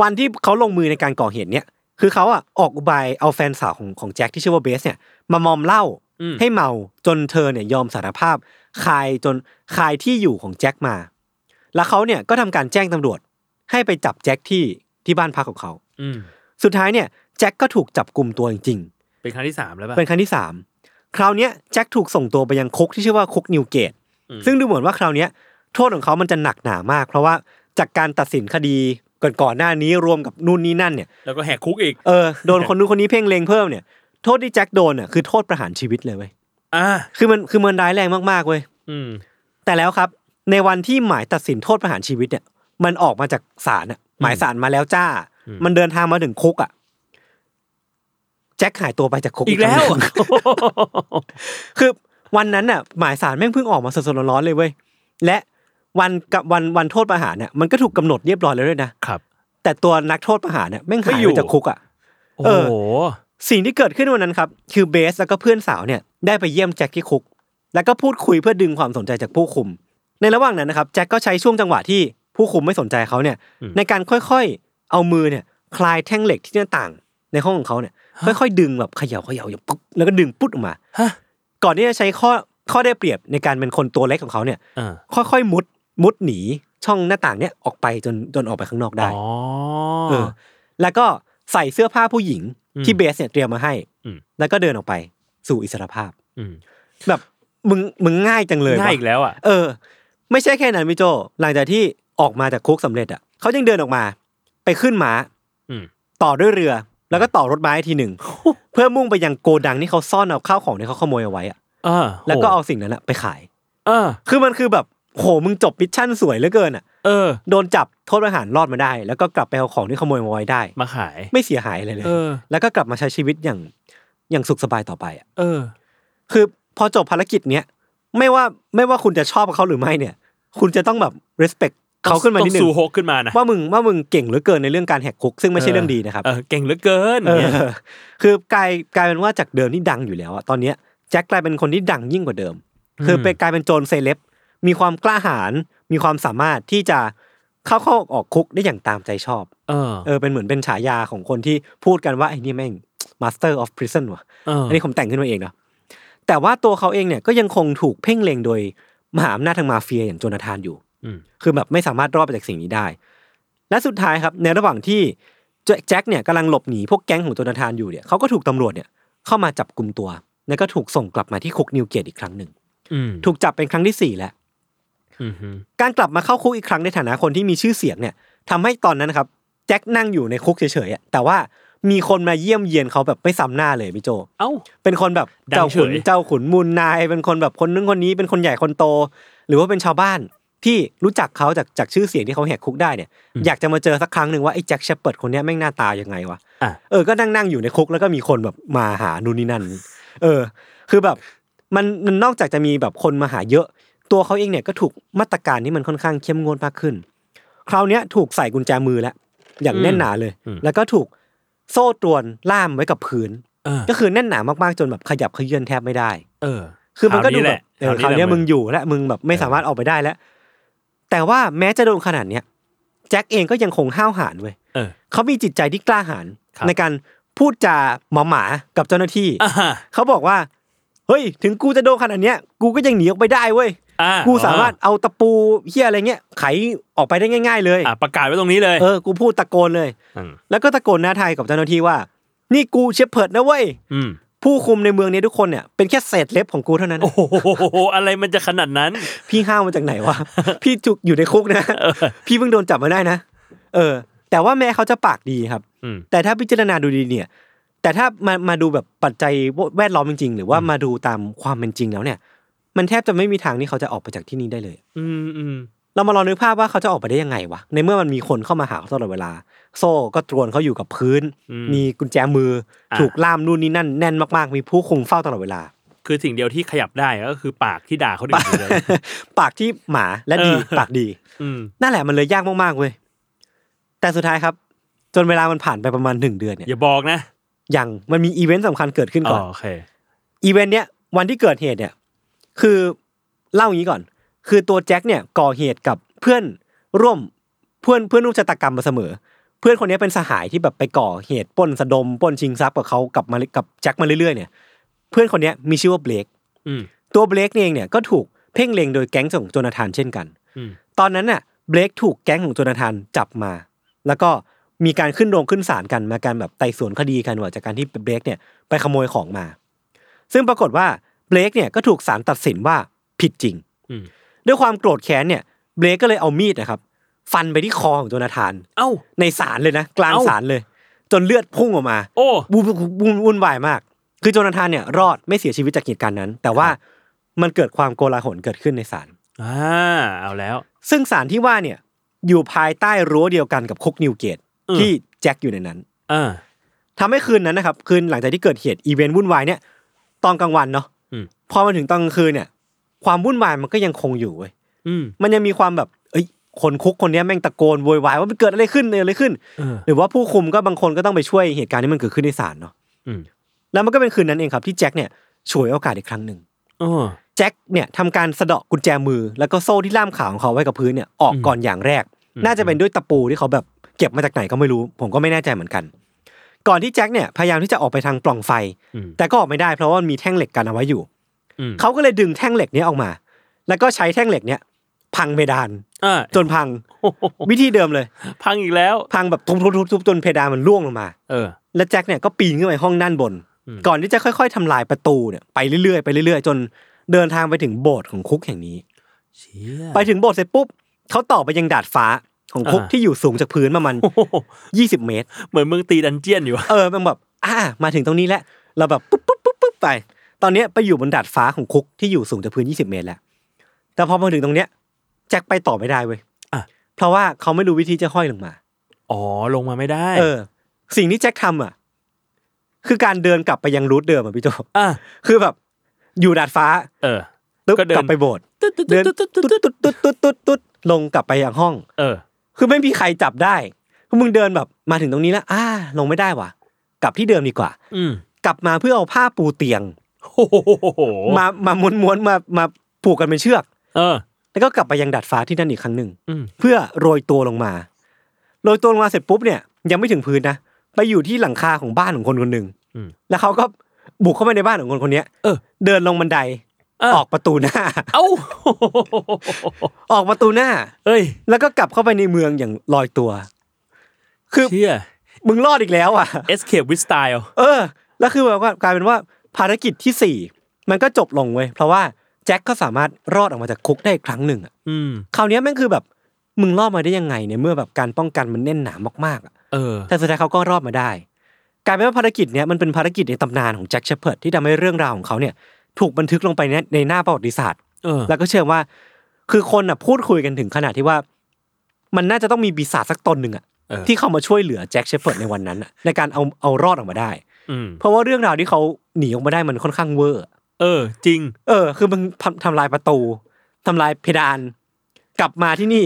Speaker 2: วันที่เขาลงมือในการก่อเหตุเนี่ย คือเขาอะออกอุบายเอาแฟนสาวของของแจ็คที่ชื่อว่าเบสเนี่ย มามอมเหล้า
Speaker 4: อืม
Speaker 2: ให้เมาจนเธอเนี่ยยอมสารภาพคายจนคายที่อยู่ของแจ็คมา แล้วเขาเนี่ยก็ทำการแจ้งตำรวจ ให้ไปจับแจ็คที่ที่บ้านพักของเขา
Speaker 4: อืม
Speaker 2: สุดท้ายเนี่ยแจ็คก็ถูกจับกลุ่มตัวจริง
Speaker 4: เป็นครั้งที่สามแล้ว
Speaker 2: ๆ
Speaker 4: ป่ะ
Speaker 2: เป็นครั้งที่สามคราวเนี้ยแจ็คถูกส่งตัวไปยังคุกที่ชื่อว่าคุกนิวเกต
Speaker 4: อืม
Speaker 2: ซึ่งดูเหมือนว่าคราวเนี้ยโทษของเขามันจะหนักหนามาก เพราะว่าจากการตัดสินคดีก่อนๆหน้านี้รวมกับนู่นนี่นั่นเนี่ย
Speaker 4: แล้วก็แหกคุกอีก
Speaker 2: เออโดนคนนู้นคนนี้เพ่งเลงเพิ่มเนี่ยโทษที่แจ็คโดนอ่ะคือโทษประหารชีวิตเลยเว้ย
Speaker 4: อ่า
Speaker 2: คือมันคือมันร้ายแรงมากๆเว้ย
Speaker 4: อืม
Speaker 2: แต่แล้วครับ ในวันที่หมายตัดสินโทษประหารชีวิตเนี่ย มันออกมาจากศาลอ่ะหมายศาลมาแล้วจ้า
Speaker 4: อืม
Speaker 2: มันเดินทางมาถึงคุกอ่ะแจ็คหายตัวไปจากคุก
Speaker 4: อีกแล้ว
Speaker 2: ครั้งห นึ่ง คือวันนั้นน่ะหมายสารแม่งเพิ่งออกมาสดๆร้อนๆเลยเว้ยและวันกับวันวันโทษประหารเนี่ยมันก็ถูกกำหนดเรียบร้อยแล้วด้วยนะครับ แต่ตัวนักโทษประหารเนี่ยแม่งหาย
Speaker 4: ไม่อยู่
Speaker 2: ไปจากคุกอ่ะ
Speaker 4: โอ้
Speaker 2: เออ
Speaker 4: โห
Speaker 2: สิ่งที่เกิดขึ้นวันนั้นครับ คือเบสแล้วก็เพื่อนสาวเนี่ยได้ไปเยี่ยมแจ็คที่คุก แล้วก็พูดคุยเพื่อดึงความสนใจจากผู้คุม ในระหว่างนั้นนะครับแจ็คก็ใช้ช่วงจังหวะที่ผู้คุมไม่สนใจเขาเนี่ย ในการค่อยๆ เอามือเนี่ย คลายแท่งเหล็กที่หน้าต่าง ในห้องของเขาเนี่ย ค่อยๆ ดึงแบบเขย่าเขย่าอย่างปุ๊บแล้วก็ดึงปุ๊บออกมา
Speaker 4: ฮะ
Speaker 2: ก่อนที่จะใช้ข้อข้อได้เปรียบในการเป็นคนตัวเล็กของเขาเนี่ย
Speaker 4: อ่า
Speaker 2: ค่อยๆ มุดมุดหนีช่องหน้าต่างเนี่ยออกไปจนจนออกไปข้างนอกได้
Speaker 4: อ๋อ
Speaker 2: เออแล้วก็ใส่เสื้อผ้าผู้หญิง
Speaker 4: อืม
Speaker 2: ที่เบสเนี่ยเตรียมมาให้
Speaker 4: อืม
Speaker 2: แล้วก็เดินออกไปสู่อิสรภาพ
Speaker 4: อืม
Speaker 2: แบบมึงมึงง่ายจังเลย
Speaker 4: ง่ายอี
Speaker 2: วะ
Speaker 4: กแล้วอ่ะ
Speaker 2: เออ ไม่ใช่แค่นั้นพี่โจ หลังจากที่ออกมาจากคุกสำเร็จอ่ะเขายังเดินออกมา ไปขึ้นม้า
Speaker 4: อืม
Speaker 2: ต่อด้วยเรือ แล้วก็ต่อรถม้าอีกทีห นึ่ง เพื่อมุ่งไปยังโกดังที่เขาซ่อนเอาข้าวของที่เขาขโมยเอาไว้อ่ะ
Speaker 4: เออ
Speaker 2: แล้วก็เอาสิ่งนั้นอะไปขาย
Speaker 4: เออ
Speaker 2: คือมันคือแบบโหมึงจบมิชชั่นสวยเหลือเกินอ่ะ
Speaker 4: เออ
Speaker 2: โดนจับโทษประหารรอดมาได้ แล้วก็กลับไปเอาของที่ขโมยมาไว้ได้
Speaker 4: มาขาย
Speaker 2: ไม่เสียหายอะไรเลย
Speaker 4: เออ
Speaker 2: แล้วก็กลับมาใช้ชีวิตอย่างอย่างสุขสบายต่อไปอ่ะ
Speaker 4: เออ
Speaker 2: คือพอจบภารกิจเนี้ยไม่ว่าไม่ว่าคุณจะชอบเขาหรือไม่เนี่ย คุณจะต้องแบบ respect เขาขึ้นมา
Speaker 4: ต้
Speaker 2: นิ
Speaker 4: อ
Speaker 2: ด
Speaker 4: ง
Speaker 2: นึ
Speaker 4: ซู
Speaker 2: ง
Speaker 4: ฮกขึ้นมานะ
Speaker 2: ว่ามึงว่ามึงเก่งเหลือเกินในเรื่องการแหกคุก ซึ่งไม่ใช่เรื่องดีนะครับ
Speaker 4: เออเก่งเหลือเกิน
Speaker 2: เอ
Speaker 4: เนี่ย
Speaker 2: อคือกลายกลายเป็นว่าจากเดิมที่ดังอยู่แล้วอะตอนเนี้ยแจ็คกลายเป็นคนที่ดังยิ่งกว่าเดิม คือไปกลายเป็นโจรเซเลบมีความกล้าหาญมีความสามารถที่จะเข้าเข้าออกคุกได้อย่างตามใจชอบ
Speaker 4: เออ
Speaker 2: เออเป็นเหมือนเป็นฉายาของคนที่พูดกันว่าไอ้นี่แม่ง master of prison ว่ะ
Speaker 4: เออ
Speaker 2: อันนี้ผมแต่งขึ้นมาเองนะแต่ว่าตัวเขาเองเนี่ยก็ยังคงถูกเพ่งเล็งโดยมหาอำนาจทางมาเฟียอย่างโจนาธานอยู่
Speaker 4: อืม
Speaker 2: คือแบบไม่สามารถรอดไปจากสิ่งนี้ได้ และสุดท้ายครับ ในระหว่างที่แจ็คแจ็คเนี่ยกำลังหลบหนีพวกแก๊งของโจนาธานอยู่เนี่ยเขาก็ถูกตำรวจเนี่ยเข้ามาจับกลุ่มตัว แล้วก็ถูกส่งกลับมาที่คุกนิวเกตอีกครั้งหนึ่ง
Speaker 4: อืม
Speaker 2: ถูกจับเป็นครั้งที่สี่แล้ว
Speaker 4: อืมฮึ
Speaker 2: การกลับมาเข้าคุกอีกครั้งในฐานะคนที่มีชื่อเสียงเนี่ยทำให้ตอนนั้นนะครับแจ็คนั่งอยู่ในคุกเฉยๆอะแต่ว่ามีคนมาเยี่ยมเยียนเขาแบบไม่ซ้ำหน้าเลยพี่โจ
Speaker 4: เอ้า
Speaker 2: เป็นคนแบบ
Speaker 4: ดัง
Speaker 2: เจ้าขุน
Speaker 4: เฉย
Speaker 2: เจ้าขุนมูลนาย เป็นคนแบบคนนึงคนนี้เป็นคนใหญ่คนโต หรือว่าเป็นชาวบ้านที่รู้จักเขาจากจากชื่อเสียงที่เขาแหกคุกได้เนี่ย อยากจะมาเจอสักครั้งหนึ่งว่าไอ้แจ็คเชปเปิร์ดคนเนี้ยแม่งหน้าตายังไงวะ
Speaker 4: อ่ะ
Speaker 2: เออก็นั่งนั่งอยู่ในคุกแล้วก็มีคนแบบมาหานู่นนี่นั่น เออ คือแบบมันมันนอกจากจะมีแบบคนมาหาเยอะ ตัวเขาเองเนี่ยก็ถูกมาตรการที่มันค่อนข้างเข้มงวดมากขึ้น คราวเนี้ยถูกใส่กุญแจมือแล้วอย่างแน่นหนาเลย
Speaker 4: อืม
Speaker 2: แล้วก็ถูกโซ่ตรวนล่ามไว้กับพื้น
Speaker 4: เออ
Speaker 2: ก็คือแน่นหนามากๆจนแบบขยับเขยื้อนแทบไม่ได้
Speaker 4: เออ
Speaker 2: คือมันก็ดู
Speaker 4: ราวแห
Speaker 2: แบ
Speaker 4: ละ
Speaker 2: บเออคราว
Speaker 4: แหละ
Speaker 2: เนี้ยมึงอยู่และมึงแบบไม่สามารถออกไปได้แล้ว แต่ว่าแม้จะโดนขนาดเนี้ยแจ็คเองก็ยังคงห้าวหาญเว้ย
Speaker 4: เออ
Speaker 2: เขามีจิตใจที่กล้าหาญ
Speaker 4: ครับ
Speaker 2: ในการพูดจาหมาหมาๆกับเจ้าหน้าที่
Speaker 4: อ่าฮะ
Speaker 2: เขาบอกว่า เฮ้ย ถึงกูจะโดนขนาดเนี้ย กูก็ยังหนีออกไปได้เว้ย
Speaker 4: อ่ะ
Speaker 2: กูสามารถเอาตะปูเหี้ยอะไรเงี้ยไขออกไปได้ง่าย ๆ เลย
Speaker 4: อ่ะประกาศไว้ตรงนี้เลย
Speaker 2: เออ กูพูดตะโกนเลย
Speaker 4: ม
Speaker 2: แล้วก็ตะโกนหน้าไทายกับเจ้าหน้าที่ว่า นี่กูเชฟเพิร์ดนะเว้ย
Speaker 4: อืม
Speaker 2: ผู้คุมในเมืองเนี้ทุกคนเนี่ยเป็นแค่เศษเล็บของกูเท่านั้น
Speaker 4: โอ้โหอะไรมันจะขนาดนั้น
Speaker 2: พี่ห้าวมาจากไหนวะ พี่จุกอยู่ในคุ กนะ พี่เพิ่งโดนจับมาได้นะ เออ แต่ว่าแม้เขาจะปากดีครับ
Speaker 4: อืม
Speaker 2: แต่ถ้าพิจารณาดูดีเนี่ย แต่ถ้ามามาดูแบบปัจจัยแวดล้อมจริงๆ หรือว่ามาดูตามความเป็นจริงแล้วเนี่ย มันแทบจะไม่มีทางที่เขาจะออกไปจากที่นี่ได้เลย
Speaker 4: อืมอืม
Speaker 2: เรามาลองนึกภาพว่าเขาจะออกไปได้ยังไงวะ ในเมื่อมันมีคนเข้ามาหาเขาตลอดเวลา โซ่ก็ตรวนเขาอยู่กับพื้น
Speaker 4: อื
Speaker 2: มีกุญแจมือ
Speaker 4: อ่า
Speaker 2: ถูกล่ามนู่นนี่นั่นแน่นมากๆ มีผู้คุมเฝ้าตลอดเวลา
Speaker 4: คือสิ่งเดียวที่ขยับได้ก็คือปากที่ด่าเขาอื่นอยู่เลย
Speaker 2: ปากที่หมาและดี
Speaker 4: เออ
Speaker 2: ปากดี
Speaker 4: อืม
Speaker 2: นั่นแหละมันเลยยากมากๆเว้ย แต่สุดท้ายครับ จนเวลามันผ่านไปประมาณหนึ่งเดือนเนี่ย
Speaker 4: อย่าบอกนะ
Speaker 2: ยังมันมีอีเวนต์สำคัญเกิดขึ้น
Speaker 4: อ๋
Speaker 2: ก่
Speaker 4: อ
Speaker 2: อน
Speaker 4: โอเค
Speaker 2: อีเวนต์เนี้ยวันที่เกิดเหตุเนี่ย คือเล่าอย่างนี้ก่อน คือตัวแจ็คเนี่ยก่อเหตุกับเพื่อนร่วมเพื่อนเพื่อนร่วมชะตากรรมมาเสมอ เพื่อนคนเนี้ยเป็นสหายที่แบบไปก่อเหตุปล้นสะดมปล้นชิงทรัพย์กับเขากับมากับแจ็คมาเรื่อยๆเนี่ย เพื่อนคนเนี้ยมีชื่อว่าเบลก
Speaker 4: อืม
Speaker 2: ตัวเบลกเองเนี่ยก็ถูกเพ่งเล็งโดยแก๊งของโจนาธานเช่นกัน
Speaker 4: อืม
Speaker 2: ตอนนั้นน่ะเบลกถูกแก๊งของโจนาธานจับมา แล้วก็มีการขึ้นโรงขึ้นศาลกันมาการแบบไต่สวนคดีกันว่าจากการที่เบลกเนี่ยไปขโมยของมา ซึ่งปรากฏว่าเบลกเนี่ยก็ถูกศาลตัดสินว่าผิดจริง
Speaker 4: อืม
Speaker 2: ด้วยความโกรธแค้นเนี่ยเบลกก็เลยเอามีดนะครับ ฟันไปที่คอของโจนาธาน
Speaker 4: เอ้า
Speaker 2: ในศาลเลยนะ กลาง
Speaker 4: เอ้า
Speaker 2: ศาลเลย จนเลือดพุ่งออกมา
Speaker 4: โอ้
Speaker 2: วุ่นวุ่นวุ่นวายมาก คือโจนาธานเนี่ยรอดไม่เสียชีวิตจากเหตุการณ์นั้น แต่ว่ามันเกิดความโกลาหลเกิดขึ้นในศาล
Speaker 4: อ่าเอาแล้ว
Speaker 2: ซึ่งศาลที่ว่าเนี่ยอยู่ภายใต้รั้วเดียวกันกับคุกนิวเกต
Speaker 4: อืม
Speaker 2: ที่แจ็คอยู่ในนั้น
Speaker 4: เออ
Speaker 2: ทำให้คืนนั้นนะครับ คืนหลังจากที่เกิดเหตุอีเวนต์วุ่นวายเนี่ย ตอนกลางวันเนาะ
Speaker 4: อืม
Speaker 2: พอมาถึงตอนกลางคืนเนี่ย ความวุ่นวายมันก็ยังคงอยู่เว้ย
Speaker 4: อืม
Speaker 2: มันยังมีความแบบ เอ้ย คนคุกคนเนี้ยแม่งตะโกนโวยวายว่ามันเกิดอะไรขึ้นเนี่ยอะไรขึ้น
Speaker 4: เออ
Speaker 2: หรือว่าผู้คุมก็บางคนก็ต้องไปช่วยเหตุการณ์ที่มันเกิดขึ้นในศาลเนาะ
Speaker 4: อืม
Speaker 2: แล้วมันก็เป็นคืนนั้นเองครับที่แจ็คเนี่ยฉวยโอกาสอีกครั้งหนึ่ง
Speaker 4: เออ
Speaker 2: แจ็คเนี่ยทำการสะเดาะกุญแจมือ แล้วก็โซ่ที่ล่ามขาของเขาไว้กับพื้นเนี่ยออกก่อนอย่างแรก
Speaker 4: อืม
Speaker 2: น่าจะเป็นด้วยตะปูที่เขาแบบเก็บมาจากไหนก็ไม่รู้ ผมก็ไม่แน่ใจเหมือนกัน ก่อนที่แจ็คเนี่ยพยายามที่จะออกไปทางปล่องไฟ
Speaker 4: อืม
Speaker 2: แต่ก็ออกไม่ได้เพราะว่ามันมีแท่งเหล็กกันเอาไว้อยู่
Speaker 4: อืม
Speaker 2: เขาก็เลยดึงแท่งเหล็กเนี้ยออกมา แล้วก็ใช้แท่งเหล็กเนี้ยพังเพดาน
Speaker 4: อ่า
Speaker 2: จนพังวิธีเดิมเลย
Speaker 4: พังอีกแล้ว
Speaker 2: พังแบบทุบๆๆๆจนเพดานมันร่วงลงมา
Speaker 4: เออ
Speaker 2: และแจ็คเนี่ยก็ปีนขึ้นไปห้องด้านบน
Speaker 4: อืม
Speaker 2: ก่อนที่จะค่อยๆทำลายประตูเนี่ยไปเรื่อยๆไปเรื่อยๆ จนเดินทางไปถึงโบสถ์ของคุกแห่งนี้
Speaker 4: เชี่ ย
Speaker 2: ไปถึงโบสถ์เสร็จปุ๊บเขาต่อไปยังดาดฟ้าของคุก
Speaker 4: อ่า
Speaker 2: ที่อยู่สูงจากพื้นประมาณ
Speaker 4: โอ้โห
Speaker 2: ยี่สิบเมตร
Speaker 4: เหมือนมึงตีดันเจียนอยู่อะ
Speaker 2: เออมันแบบอ่ามาถึงตรงนี้แล้วเราแบบปุ๊บปุ๊บปุ๊บปุ๊บไป ตอนเนี้ยไปอยู่บนดาดฟ้าของคุกที่อยู่สูงจากพื้นยี่สิบเมตรแล้วแต่พอมาถึงตรงเนี้ยแจ็คไปต่อไม่ได้เว้ยเพราะว่าเขาไม่รู้วิธีจะห้อยลงมา
Speaker 4: อ๋อ ลงมาไม่ได้
Speaker 2: เออ สิ่งที่แจ็คทำอ่ะ คือการเดินกลับไปยังรูทเดิมอ่ะพี่โจ
Speaker 4: อ่ะ
Speaker 2: คือแบบอยู่ดาดฟ้า
Speaker 4: เออ
Speaker 2: ตึ๊บ
Speaker 4: ก็เดิน
Speaker 2: กลับไปโบสถ์
Speaker 4: ตึ๊ดตึ๊ด
Speaker 2: เดิน
Speaker 4: ตึ๊ด
Speaker 2: ตุ๊
Speaker 4: ตึ๊
Speaker 2: ด
Speaker 4: ด
Speaker 2: ตุ๊ดตุ๊ดตุ๊ดตุ๊ด ลงกลับไปยังห้อง
Speaker 4: เออ
Speaker 2: คือไม่มีใครจับได้คือมึงเดินแบบมาถึงตรงนี้แล้วอ่า ลงไม่ได้ว่ะ กลับที่เดิมดีกว่า
Speaker 4: อืม
Speaker 2: กลับมาเพื่อเอาผ้าปูเตียง
Speaker 4: โอ้โห
Speaker 2: มามาม้วนม้วนๆมามาผูกกันเป็นเชือก
Speaker 4: เออ
Speaker 2: แล้วก็กลับไปยังดาดฟ้าที่นั่นอีกครั้งหนึ่ง
Speaker 4: อืม
Speaker 2: เพื่อโรยตัวลงมา โรยตัวลงมาเสร็จปุ๊บเนี่ยยังไม่ถึงพื้นนะ ไปอยู่ที่หลังคาของบ้านของคนคนหนึ่ง
Speaker 4: อืม
Speaker 2: แล้วเขาก็บุกเข้าไปในบ้านของคนคนเนี้ย
Speaker 4: เออ
Speaker 2: เดินลงบันได
Speaker 4: เออ
Speaker 2: ออกประตูหน้า
Speaker 4: เอ้า
Speaker 2: ออกประตูหน้า
Speaker 4: เอ้ย
Speaker 2: แล้วก็กลับเข้าไปในเมืองอย่างลอยตัว คือ
Speaker 4: เชี่ย
Speaker 2: มึงรอดอีกแล้วอ่ะ
Speaker 4: Escape with Style
Speaker 2: เออ แล้วคือแบบว่ากลายเป็นว่าภารกิจที่สี่มันก็จบลงเว้ยเพราะว่าแจ็คก็สามารถรอดออกมาจากคุกได้อีกครั้งหนึ่งอะ
Speaker 4: อืม
Speaker 2: คราวเนี้ยแม่งคือแบบมึงรอดมาได้ยังไงเนี่ยเมื่อแบบการป้องกันมันแน่นหนามากๆอะ
Speaker 4: เออ
Speaker 2: แต่สุดท้ายเขาก็รอดมาได้ กลายเป็นว่าภารกิจเนี้ยมันเป็นภารกิจในตำนานของแจ็คเชพเพิร์ดที่ทำให้เรื่องราวของเขาเนี่ยถูกบันทึกลงไปในในหน้าประวัติศาสตร์
Speaker 4: เออ
Speaker 2: แล้วก็เชื่อว่า คือคนอ่ะพูดคุยกันถึงขนาดที่ว่า มันน่าจะต้องมีปีศาจสักตนหนึ่งอ่ะ
Speaker 4: เออ
Speaker 2: ที่เข้ามาช่วยเหลือแจ็คเชพเพิร์ดในวันนั้นอะในการเอาเอารอดออกมาได้
Speaker 4: อืม
Speaker 2: เพราะว่าเรื่องราวที่เขาหนีออกมาได้มันค่อนข้างเวอร์อะ
Speaker 4: เออ จริง
Speaker 2: เออ คือมึงทำทำลายประตูทำลายเพดาน กลับมาที่นี่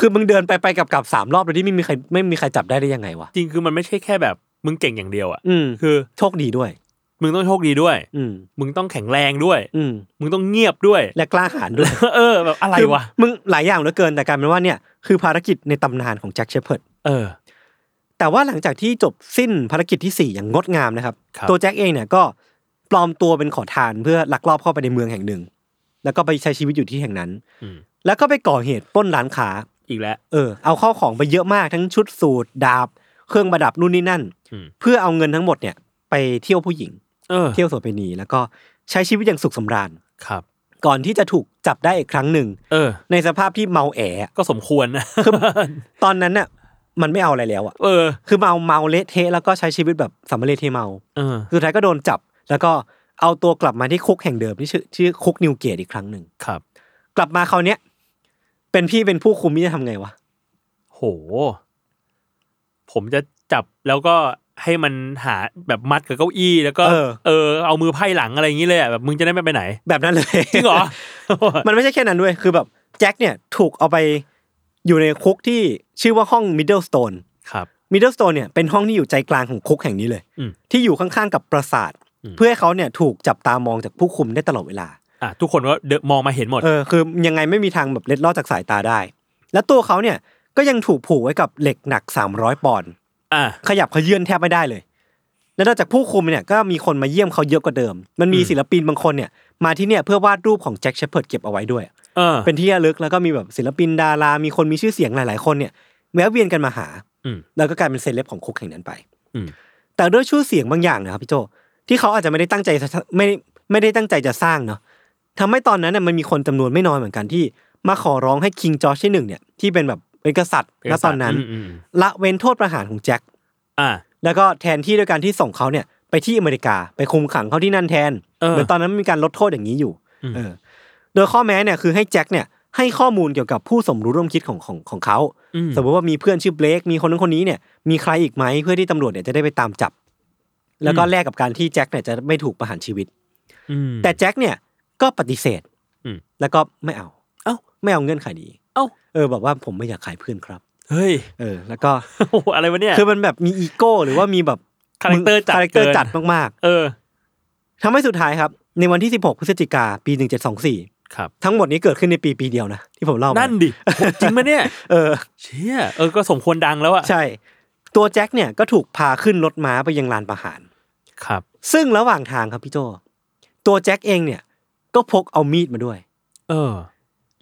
Speaker 2: คือมึงเดินไปไปกลับกลับสามรอบโดยที่ไม่มีใครไม่มีใครจับได้ได้ยังไงวะ
Speaker 4: จริงคือมันไม่ใช่แค่แบบ มึงเก่งอย่างเดียวอะ
Speaker 2: อืม
Speaker 4: คือ
Speaker 2: โชคดีด้วย
Speaker 4: มึงต้องโชคดีด้วย
Speaker 2: อืม
Speaker 4: มึงต้องแข็งแรงด้วย
Speaker 2: อืม
Speaker 4: มึงต้องเงียบด้วย
Speaker 2: และกล้าหาญด้วย
Speaker 4: เออ แบบอะไร
Speaker 2: คือ
Speaker 4: วะ
Speaker 2: มึงหลายอย่างเหลือเกินแต่กลารเป็นว่าเนี่ยคือภารกิจในตำนานของแจ็คเชพเพิร์ด
Speaker 4: เออ
Speaker 2: แต่ว่าหลังจากที่จบสิ้นภารกิจที่ 4 อย่างงดงามนะครับ
Speaker 4: ครับ
Speaker 2: ตัวแจ็คเองเนี่ยก็ปลอมตัวเป็นขอทานเพื่อลักลอบเข้าไปในเมืองแห่งหนึ่ง แล้วก็ไปใช้ชีวิตอยู่ที่แห่งนั้น
Speaker 4: อืม
Speaker 2: แล้วก็ไปก่อเหตุปล้นร้านค้า
Speaker 4: อีกแล้ว
Speaker 2: เออเอาเข้าของไปเยอะมากทั้งชุดสูทดาบ เครื่องประดับนู่นนี่นั่น
Speaker 4: อืม
Speaker 2: เพื่อเอาเงินทั้งหมดเนี่ยไปเที่ยวผู้หญิง
Speaker 4: เออ
Speaker 2: เที่ยวโสเภณีแล้วก็ใช้ชีวิตอย่างสุขสำราญ
Speaker 4: ครับ
Speaker 2: ก่อนที่จะถูกจับได้อีกครั้งหนึ่ง
Speaker 4: เออ
Speaker 2: ในสภาพที่เมาแออะ
Speaker 4: ก็สมควรนะ
Speaker 2: ตอนนั้นน่ะมันไม่เอาอะไรแล้วอ่ะ
Speaker 4: เออ
Speaker 2: คือเมาเมาเละเทะแล้วก็ใช้ชีวิตแบบสำเร็จที่เมา
Speaker 4: เออ
Speaker 2: สุดท้ายก็โดนจับ แล้วก็เอาตัวกลับมาที่คุกแห่งเดิมที่ชื่อชื่อคุกนิวเกตอีกครั้งหนึ่ง
Speaker 4: ครับ
Speaker 2: กลับมาคราวเนี้ยเป็นพี่เป็นผู้คุมนี่จะทำไงวะ
Speaker 4: โห ผมจะจับแล้วก็ให้มันหาแบบมัดกับเก้าอี้แล้วก็ เออ เอามือไพ่หลังอะไรอย่างนี้เลยอะแบบมึงจะได้ไม่ไปไหน
Speaker 2: แบบนั้นเลย
Speaker 4: จริงเหรอ
Speaker 2: มันไม่ใช่แค่นั้นด้วยคือแบบแจ็คเนี่ยถูกเอาไปอยู่ในคุกที่ชื่อว่าห้องมิดเดิลสโตน
Speaker 4: ครับ
Speaker 2: มิดเดิลสโตนเนี่ยเป็นห้องที่อยู่ใจกลางของคุกแห่งนี้เลย
Speaker 4: อืม
Speaker 2: ที่อยู่ข้างๆกับปราสาท
Speaker 4: อืม
Speaker 2: เพื่อให้เขาเนี่ยถูกจับตามองจากผู้คุมได้ตลอดเวลา
Speaker 4: อ่ะทุกคนก็เดนมองมาเห็นหมด
Speaker 2: เออคือยังไงไม่มีทางแบบเล็ดลอดจากสายตาได้ แล้วตัวเขาเนี่ยก็ยังถูกผูกไว้กับเหล็กหนัก 300 ปอนด์
Speaker 4: อ่ะ
Speaker 2: ขยับเขยื่นแทบไม่ได้เลย แล้วนอกจากผู้คุมเนี่ยก็มีคนมาเยี่ยมเขาเยอะกว่าเดิม มันมี
Speaker 4: อืม
Speaker 2: ศิลปินบางคนเนี่ยมาที่เนี่ยเพื่อวาดรูปของแจ็คเชพเพิร์ดเก็บเอาไว้ด้วย
Speaker 4: เออ
Speaker 2: เป็นที่ระลึกแล้วก็มีแบบศิลปินดารา มีคนมีชื่อเสียงหลาย ๆ คนเนี่ยแวะเวียนกันมาหา
Speaker 4: อืม
Speaker 2: แล้วก็กลายเป็นเซเลบของคุกแห่งนั้นไป
Speaker 4: อืม
Speaker 2: แต่ด้วยชื่อเสียงบางอย่างนะครับพี่โจที่เขาอาจจะไม่ได้ตั้งใจจะไม่ได้ไม่ได้ตั้งใจจะสร้างเนาะทำให้ตอนนั้นน่ยมันมีคนจำนวนไม่น้อยเหมือนกันที่ มาขอร้องให้คิงจอร์จที่หนึ่งเนี่ยที่เป็นแบบเป็นกษัตริย์ณตอนนั้น
Speaker 4: มมม
Speaker 2: ละเว้นโทษประหารของแจ็ค
Speaker 4: อ่ะ
Speaker 2: แล้วก็แทนที่ด้วยการที่ส่งเขาเนี่ยไปที่อเมริกาไปคุมขังเขาที่นั่นแทน
Speaker 4: เออ
Speaker 2: เหมือนตอนนั้นมีการลดโทษอย่างนี้อยู่
Speaker 4: อืม
Speaker 2: เออโดยข้อแม้เนี่ยคือให้แจ็คเนี่ยให้ข้อมูลเกี่ยวกับผู้สมรู้ร่วมคิดของของของเขา
Speaker 4: อืม
Speaker 2: สมมติว่ามีเพื่อนชื่อเบลกมีคนนั้นคนนี้เนี่ยมีใครอีกไหมเพื่อที่ตำรวจเนี่ยจะได้ไปตามจับ แล้วก็แลกกับการที่แจ็คเนี่ยจะไม่ถูกประหารชีวิต
Speaker 4: อืม
Speaker 2: แต่แจ็คเนี่ยก็ปฏิเสธ
Speaker 4: อืม
Speaker 2: แล้วก็ไม่เอา
Speaker 4: เอ้า
Speaker 2: ไม่เอาเงื่อนไขนี้
Speaker 4: เอ้า
Speaker 2: เออแบบว่าผมไม่อยากขายเพื่อนครับ
Speaker 4: เฮ้ย
Speaker 2: เออ แล้วก็
Speaker 4: โอ้โหอะไรวะเนี่ย
Speaker 2: คือมันแบบมีอีโก้หรือว่ามีแบบ
Speaker 4: คาแรคเตอร์จัด
Speaker 2: คาแรคเตอร์
Speaker 4: กิน
Speaker 2: จัดมาก
Speaker 4: เออ
Speaker 2: ๆทำให้สุดท้ายครับ ในวันที่ 16 พฤศจิกาปี 1724
Speaker 4: ครับ
Speaker 2: ทั้งหมดนี้เกิดขึ้นในปีปีเดียวนะที่ผมเล่ามา
Speaker 4: นั่นดิโหจริงไหมเนี่ย
Speaker 2: เออ
Speaker 4: เชี่ย เออ ก็สมควรดังแล้วอะ
Speaker 2: ใช่ ตัวแจ็คเนี่ยก็ถูกพาขึ้นรถม้าไปยังลานประหาร
Speaker 4: ครับ
Speaker 2: ซึ่งระหว่างทางครับพี่โจตัวแจ็คเองเนี่ยก็พกเอามีดมาด้วย
Speaker 4: เออ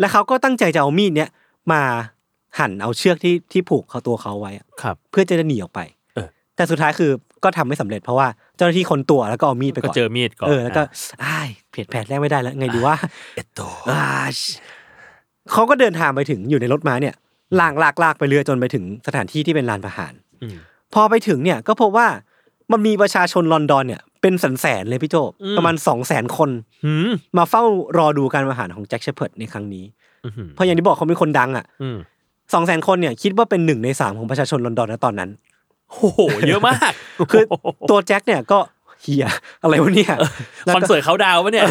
Speaker 2: และเขาก็ตั้งใจจะเอามีดเนี่ยมาหั่นเอาเชือกที่ที่ผูกเขาตัวเขาไว้อะ
Speaker 4: ครับ
Speaker 2: เพื่อจะได้หนีออกไป
Speaker 4: เออ
Speaker 2: แต่สุดท้ายคือก็ทำไม่สำเร็จเพราะว่าเจ้าหน้าที่คนตัวแล้วก็เอามีดไป
Speaker 4: ก็
Speaker 2: ก่อน
Speaker 4: เจอมีดก่อน
Speaker 2: เออแล้วก็อ้ายเผ็ดแผดแรกไม่ได้แล้วไงดีว่า
Speaker 4: เอดโต
Speaker 2: เขาก็เดินทางไปถึงอยู่ในรถม้าเนี่ยลากลากลากไปเรือจนไปถึงสถานที่ที่เป็นลานประหาร
Speaker 4: อืม
Speaker 2: พอไปถึงเนี่ยก็พบว่ามันมีประชาชนลอนดอนเนี่ยเป็นแสนแสนๆเลยพี่โจ
Speaker 4: อืม
Speaker 2: ประมาณสองแสนคน
Speaker 4: หืม
Speaker 2: มาเฝ้ารอดูการประหารของแจ็คเชพเพิร์ดในครั้งนี้
Speaker 4: อื้อหือ
Speaker 2: เพราะอย่างที่บอกเขาเป็นคนดังอ่ะ
Speaker 4: อืม
Speaker 2: สองแสนคนเนี่ยคิดว่าเป็นหนึ่งในสามของประชาชนลอนดอนนะตอนนั้น
Speaker 4: โอ้โห เยอะมาก
Speaker 2: คือตัวแจ็คเนี่ยก็เฮียอะไรวะเนี่ยแล้ว
Speaker 4: คอ น
Speaker 2: ก็
Speaker 4: เสิร์ตเขาดาวน์ปะเนี่ย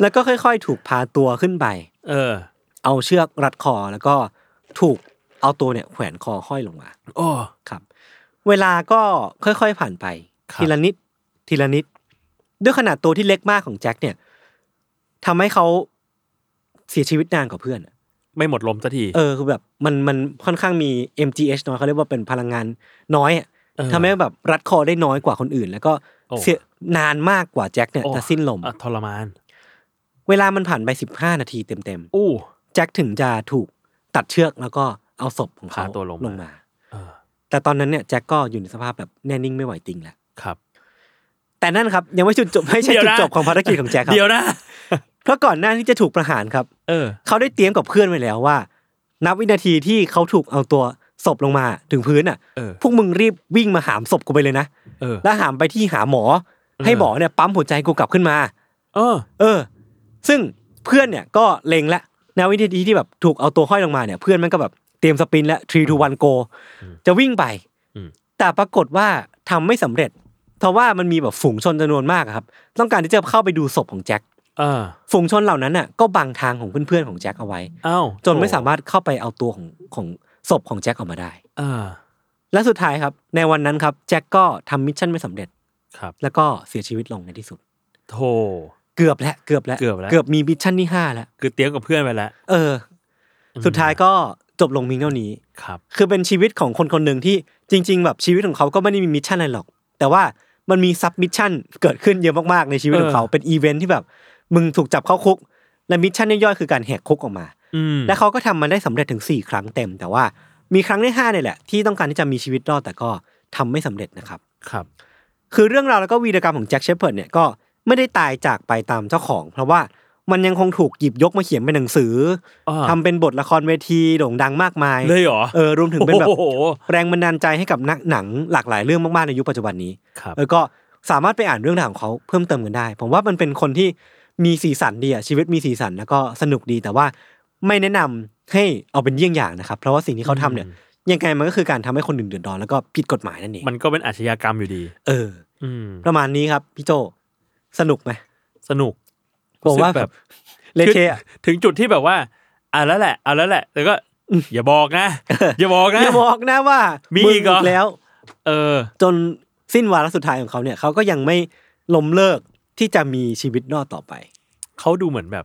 Speaker 2: แล้วก็ค่อย ๆ ถูกพาตัวขึ้นไป
Speaker 4: เออ
Speaker 2: เอาเชือกรัดคอแล้วก็ถูกเอาตัวเนี่ยแขวนคอห้อยลงมา
Speaker 4: โอ้
Speaker 2: ครับ เวลาก็ค่อยๆผ่านไป
Speaker 4: ครับ
Speaker 2: ทีละนิด ทีละนิด ด้วยขนาดตัวที่เล็กมากของแจ็คเนี่ยทำให้เขาเสียชีวิตนานกว่าเพื่อนอะ
Speaker 4: ไม่หมดลมสักที
Speaker 2: เออคือแบบมันมันค่อนข้างมี MGH น้อยเขาเรียกว่าเป็นพลังงานน้อยอะ
Speaker 4: เออ
Speaker 2: ทำให้แบบรัดคอได้น้อยกว่าคนอื่น แล้วก็
Speaker 4: โอ้
Speaker 2: เสียนานมากกว่าแจ็คเนี่ย
Speaker 4: โอ้
Speaker 2: จะสิ้นลม
Speaker 4: อ่ะทรมาน
Speaker 2: เวลามันผ่านไป 15 นาทีเต็ม
Speaker 4: อู้
Speaker 2: ๆแจ็คถึงจะถูกตัดเชือกแล้วก็เอาศพของเขา
Speaker 4: พาตัวลงมา
Speaker 2: ลงมา
Speaker 4: เออ
Speaker 2: แต่ตอนนั้นเนี่ยแจ็คก็อยู่ในสภาพแบบแน่นิ่งไม่ไหวติงแล้ว
Speaker 4: ครับ
Speaker 2: แต่นั่นครับ ยังไม่จุดจบไม่ใช่จุ
Speaker 4: เดี๋ยว
Speaker 2: ด
Speaker 4: นะ
Speaker 2: จบของภารกิจของแจ็คครับ
Speaker 4: เดี๋ยวนะ
Speaker 2: เพราะก่อนหน้าที่จะถูกประหารครับ
Speaker 4: เออ
Speaker 2: เขาได้เตรียมกับเพื่อนไว้แล้วว่า นับวินาทีที่เขาถูกเอาตัวศพลงมาถึงพื้นอ่ะ
Speaker 4: เออ
Speaker 2: พวกมึงรีบวิ่งมาหามศพกูไปเลยนะ
Speaker 4: เออ
Speaker 2: แล้วหามไปที่หาหมอ ให้หมอเนี่ยปั๊มหัวใจกูกลับขึ้นมา
Speaker 4: เออ
Speaker 2: เออ ซึ่งเพื่อนเนี่ยก็เล็งและนาวินาทีที่แบบถูกเอาตัวห้อยลงมาเนี่ย เพื่อนมันก็แบบเตรียมสปรินต์และทรีทูวันโกจะวิ่งไป
Speaker 4: อืม
Speaker 2: แต่ปรากฏว่าทำไม่สำเร็จ เพราะว่ามันมีแบบฝูงชนจำนวนมากอะครับ ต้องการที่จะเข้าไปดูศพของแจ็ค
Speaker 4: เออ
Speaker 2: ฝูงชนเหล่านั้นน่ะก็บังทางของเพื่อนๆของแจ็คเอาไว้
Speaker 4: เอ้า
Speaker 2: จนไม่สามารถเข้าไปเอาตัวของของศพของแจ็คออกมาได้
Speaker 4: เออ
Speaker 2: และสุดท้ายครับ ในวันนั้นครับแจ็คก็ทำมิชชั่นไม่สำเร็จ
Speaker 4: ครับ
Speaker 2: แล้วก็เสียชีวิตลงในที่สุด
Speaker 4: โท
Speaker 2: เกือบแล้วเกือบแล้ว
Speaker 4: เกือบแล้ว
Speaker 2: เกือบมีมิชชั่นที่ห้าแล้ว
Speaker 4: คือเตรียมกับเพื่อนไปแล้ว
Speaker 2: เออ สุดท้ายก็จบลงเพียงเท่านี้
Speaker 4: ครับ
Speaker 2: คือเป็นชีวิตของคนคนหนึ่งที่จริง ๆ แบบชีวิตของเขาก็ไม่ได้มีมิชชั่นอะไรหรอก แต่ว่ามันมีซับมิชชั่นเกิดขึ้นเยอะมาก ๆ ในชีวิตของเขา
Speaker 4: เออ
Speaker 2: เป็นอีเวนท์ที่แบบ มึงถูกจับเข้าคุก และมิชชั่นย่อยๆคือการแหกคุกออกมา
Speaker 4: อืม
Speaker 2: และเขาก็ทำมันได้สำเร็จถึง 4 ครั้งเต็ม แต่ว่ามีครั้งที่ห้าเนี่ยแหละที่ต้องการที่จะมีชีวิตรอดแต่ก็ทำไม่สำเร็จนะครับ
Speaker 4: ครับ
Speaker 2: คือเรื่องราวแล้วก็วีรกรรมของแจ็คเชฟเพิร์ดเนี่ยก็ไม่ได้ตายจากไปตามเจ้าของ เพราะว่ามันยังคงถูกหยิบยกมาเขียนเป็นหนังสืออา ทำเป็นบทละครเวทีโด่งดังมากมาย
Speaker 4: เลยเหรอ
Speaker 2: เออรวมถึงเป็นแบบ
Speaker 4: โอ้โห
Speaker 2: แรงบันดาลใจให้กับนักหนังหลากหลายเรื่องมากๆในยุคปัจจุบันนี้
Speaker 4: ครับ
Speaker 2: เออก็สามารถไปอ่านเรื่องราวของเขาเพิ่มเติมกันได้ ผมว่ามันเป็นคนที่มีสีสันดีอะชีวิตมีสีสันแล้วก็สนุกดีแต่ว่าไม่แนะนำให้เอาเป็นเยี่ยงอย่างนะครับ เพราะว่าสิ่งที่เขาทำเนี่ยยังไงมันก็คือการทำให้คนอื่นเดือดร้อนแล้วก็ผิดกฎหมายนั่นเอง
Speaker 4: มันก็เป็นอาชญากรรมอยู่ดี
Speaker 2: เออ
Speaker 4: อืม
Speaker 2: ประมาณนี้ครับพี่โจสนุกไหม
Speaker 4: สนุก
Speaker 2: ผมว่าแบบเละเทะอะ
Speaker 4: ถึงจุดที่แบบว่าอ่ะแล้วแหละอ่ะแล้วแหละแล้วก็อย่าบอกนะ อย่าบอกนะ
Speaker 2: อย่าบอกนะว่า
Speaker 4: มี
Speaker 2: มึง
Speaker 4: อีกเหรอ
Speaker 2: แล้ว
Speaker 4: เออ
Speaker 2: จนสิ้นวาระสุดท้ายของเขาเนี่ยเขาก็ยังไม่ล้มเลิกที่จะมีชีวิตรอดต่อไป
Speaker 4: เขาดูเหมือนแบบ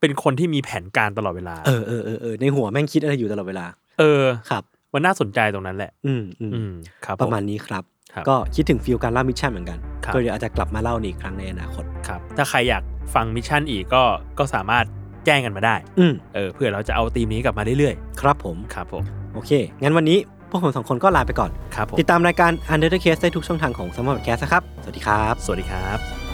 Speaker 4: เป็นคนที่มีแผนการตลอดเวลา
Speaker 2: เออเออเออเออในหัวแม่งคิดอะไรอยู่ตลอดเวลา
Speaker 4: เออ
Speaker 2: ครับ
Speaker 4: มันน่าสนใจตรงนั้นแหละ
Speaker 2: อืมอืม
Speaker 4: อืม ครับผ
Speaker 2: ประมาณนี้ครับ
Speaker 4: ครับ
Speaker 2: ก็คิดถึงฟิลการล่ามิชชั่นเหมือนกัน
Speaker 4: ครับ
Speaker 2: ก็เดี๋ยวอาจจะกลับมาเล่าในอีกครั้งในอนาคต
Speaker 4: ครับ ถ้าใครอยากฟังมิชชั่นอีกก็ ก็สามารถแจ้งกันมาได้
Speaker 2: อืม
Speaker 4: เออ เพื่อเราจะเอาธีมนี้กลับมาเรื่อย
Speaker 2: ครับผม
Speaker 4: ๆ ครับผม
Speaker 2: โอเค งั้นวันนี้พวกผมสองคนก็ลาไปก่อน
Speaker 4: ครับผม
Speaker 2: ติดตามรายการ Under the Case ได้ทุกช่องทางของ s ม m e r Cast นะครับ สวัสดีครับ
Speaker 4: สวัสดีครับ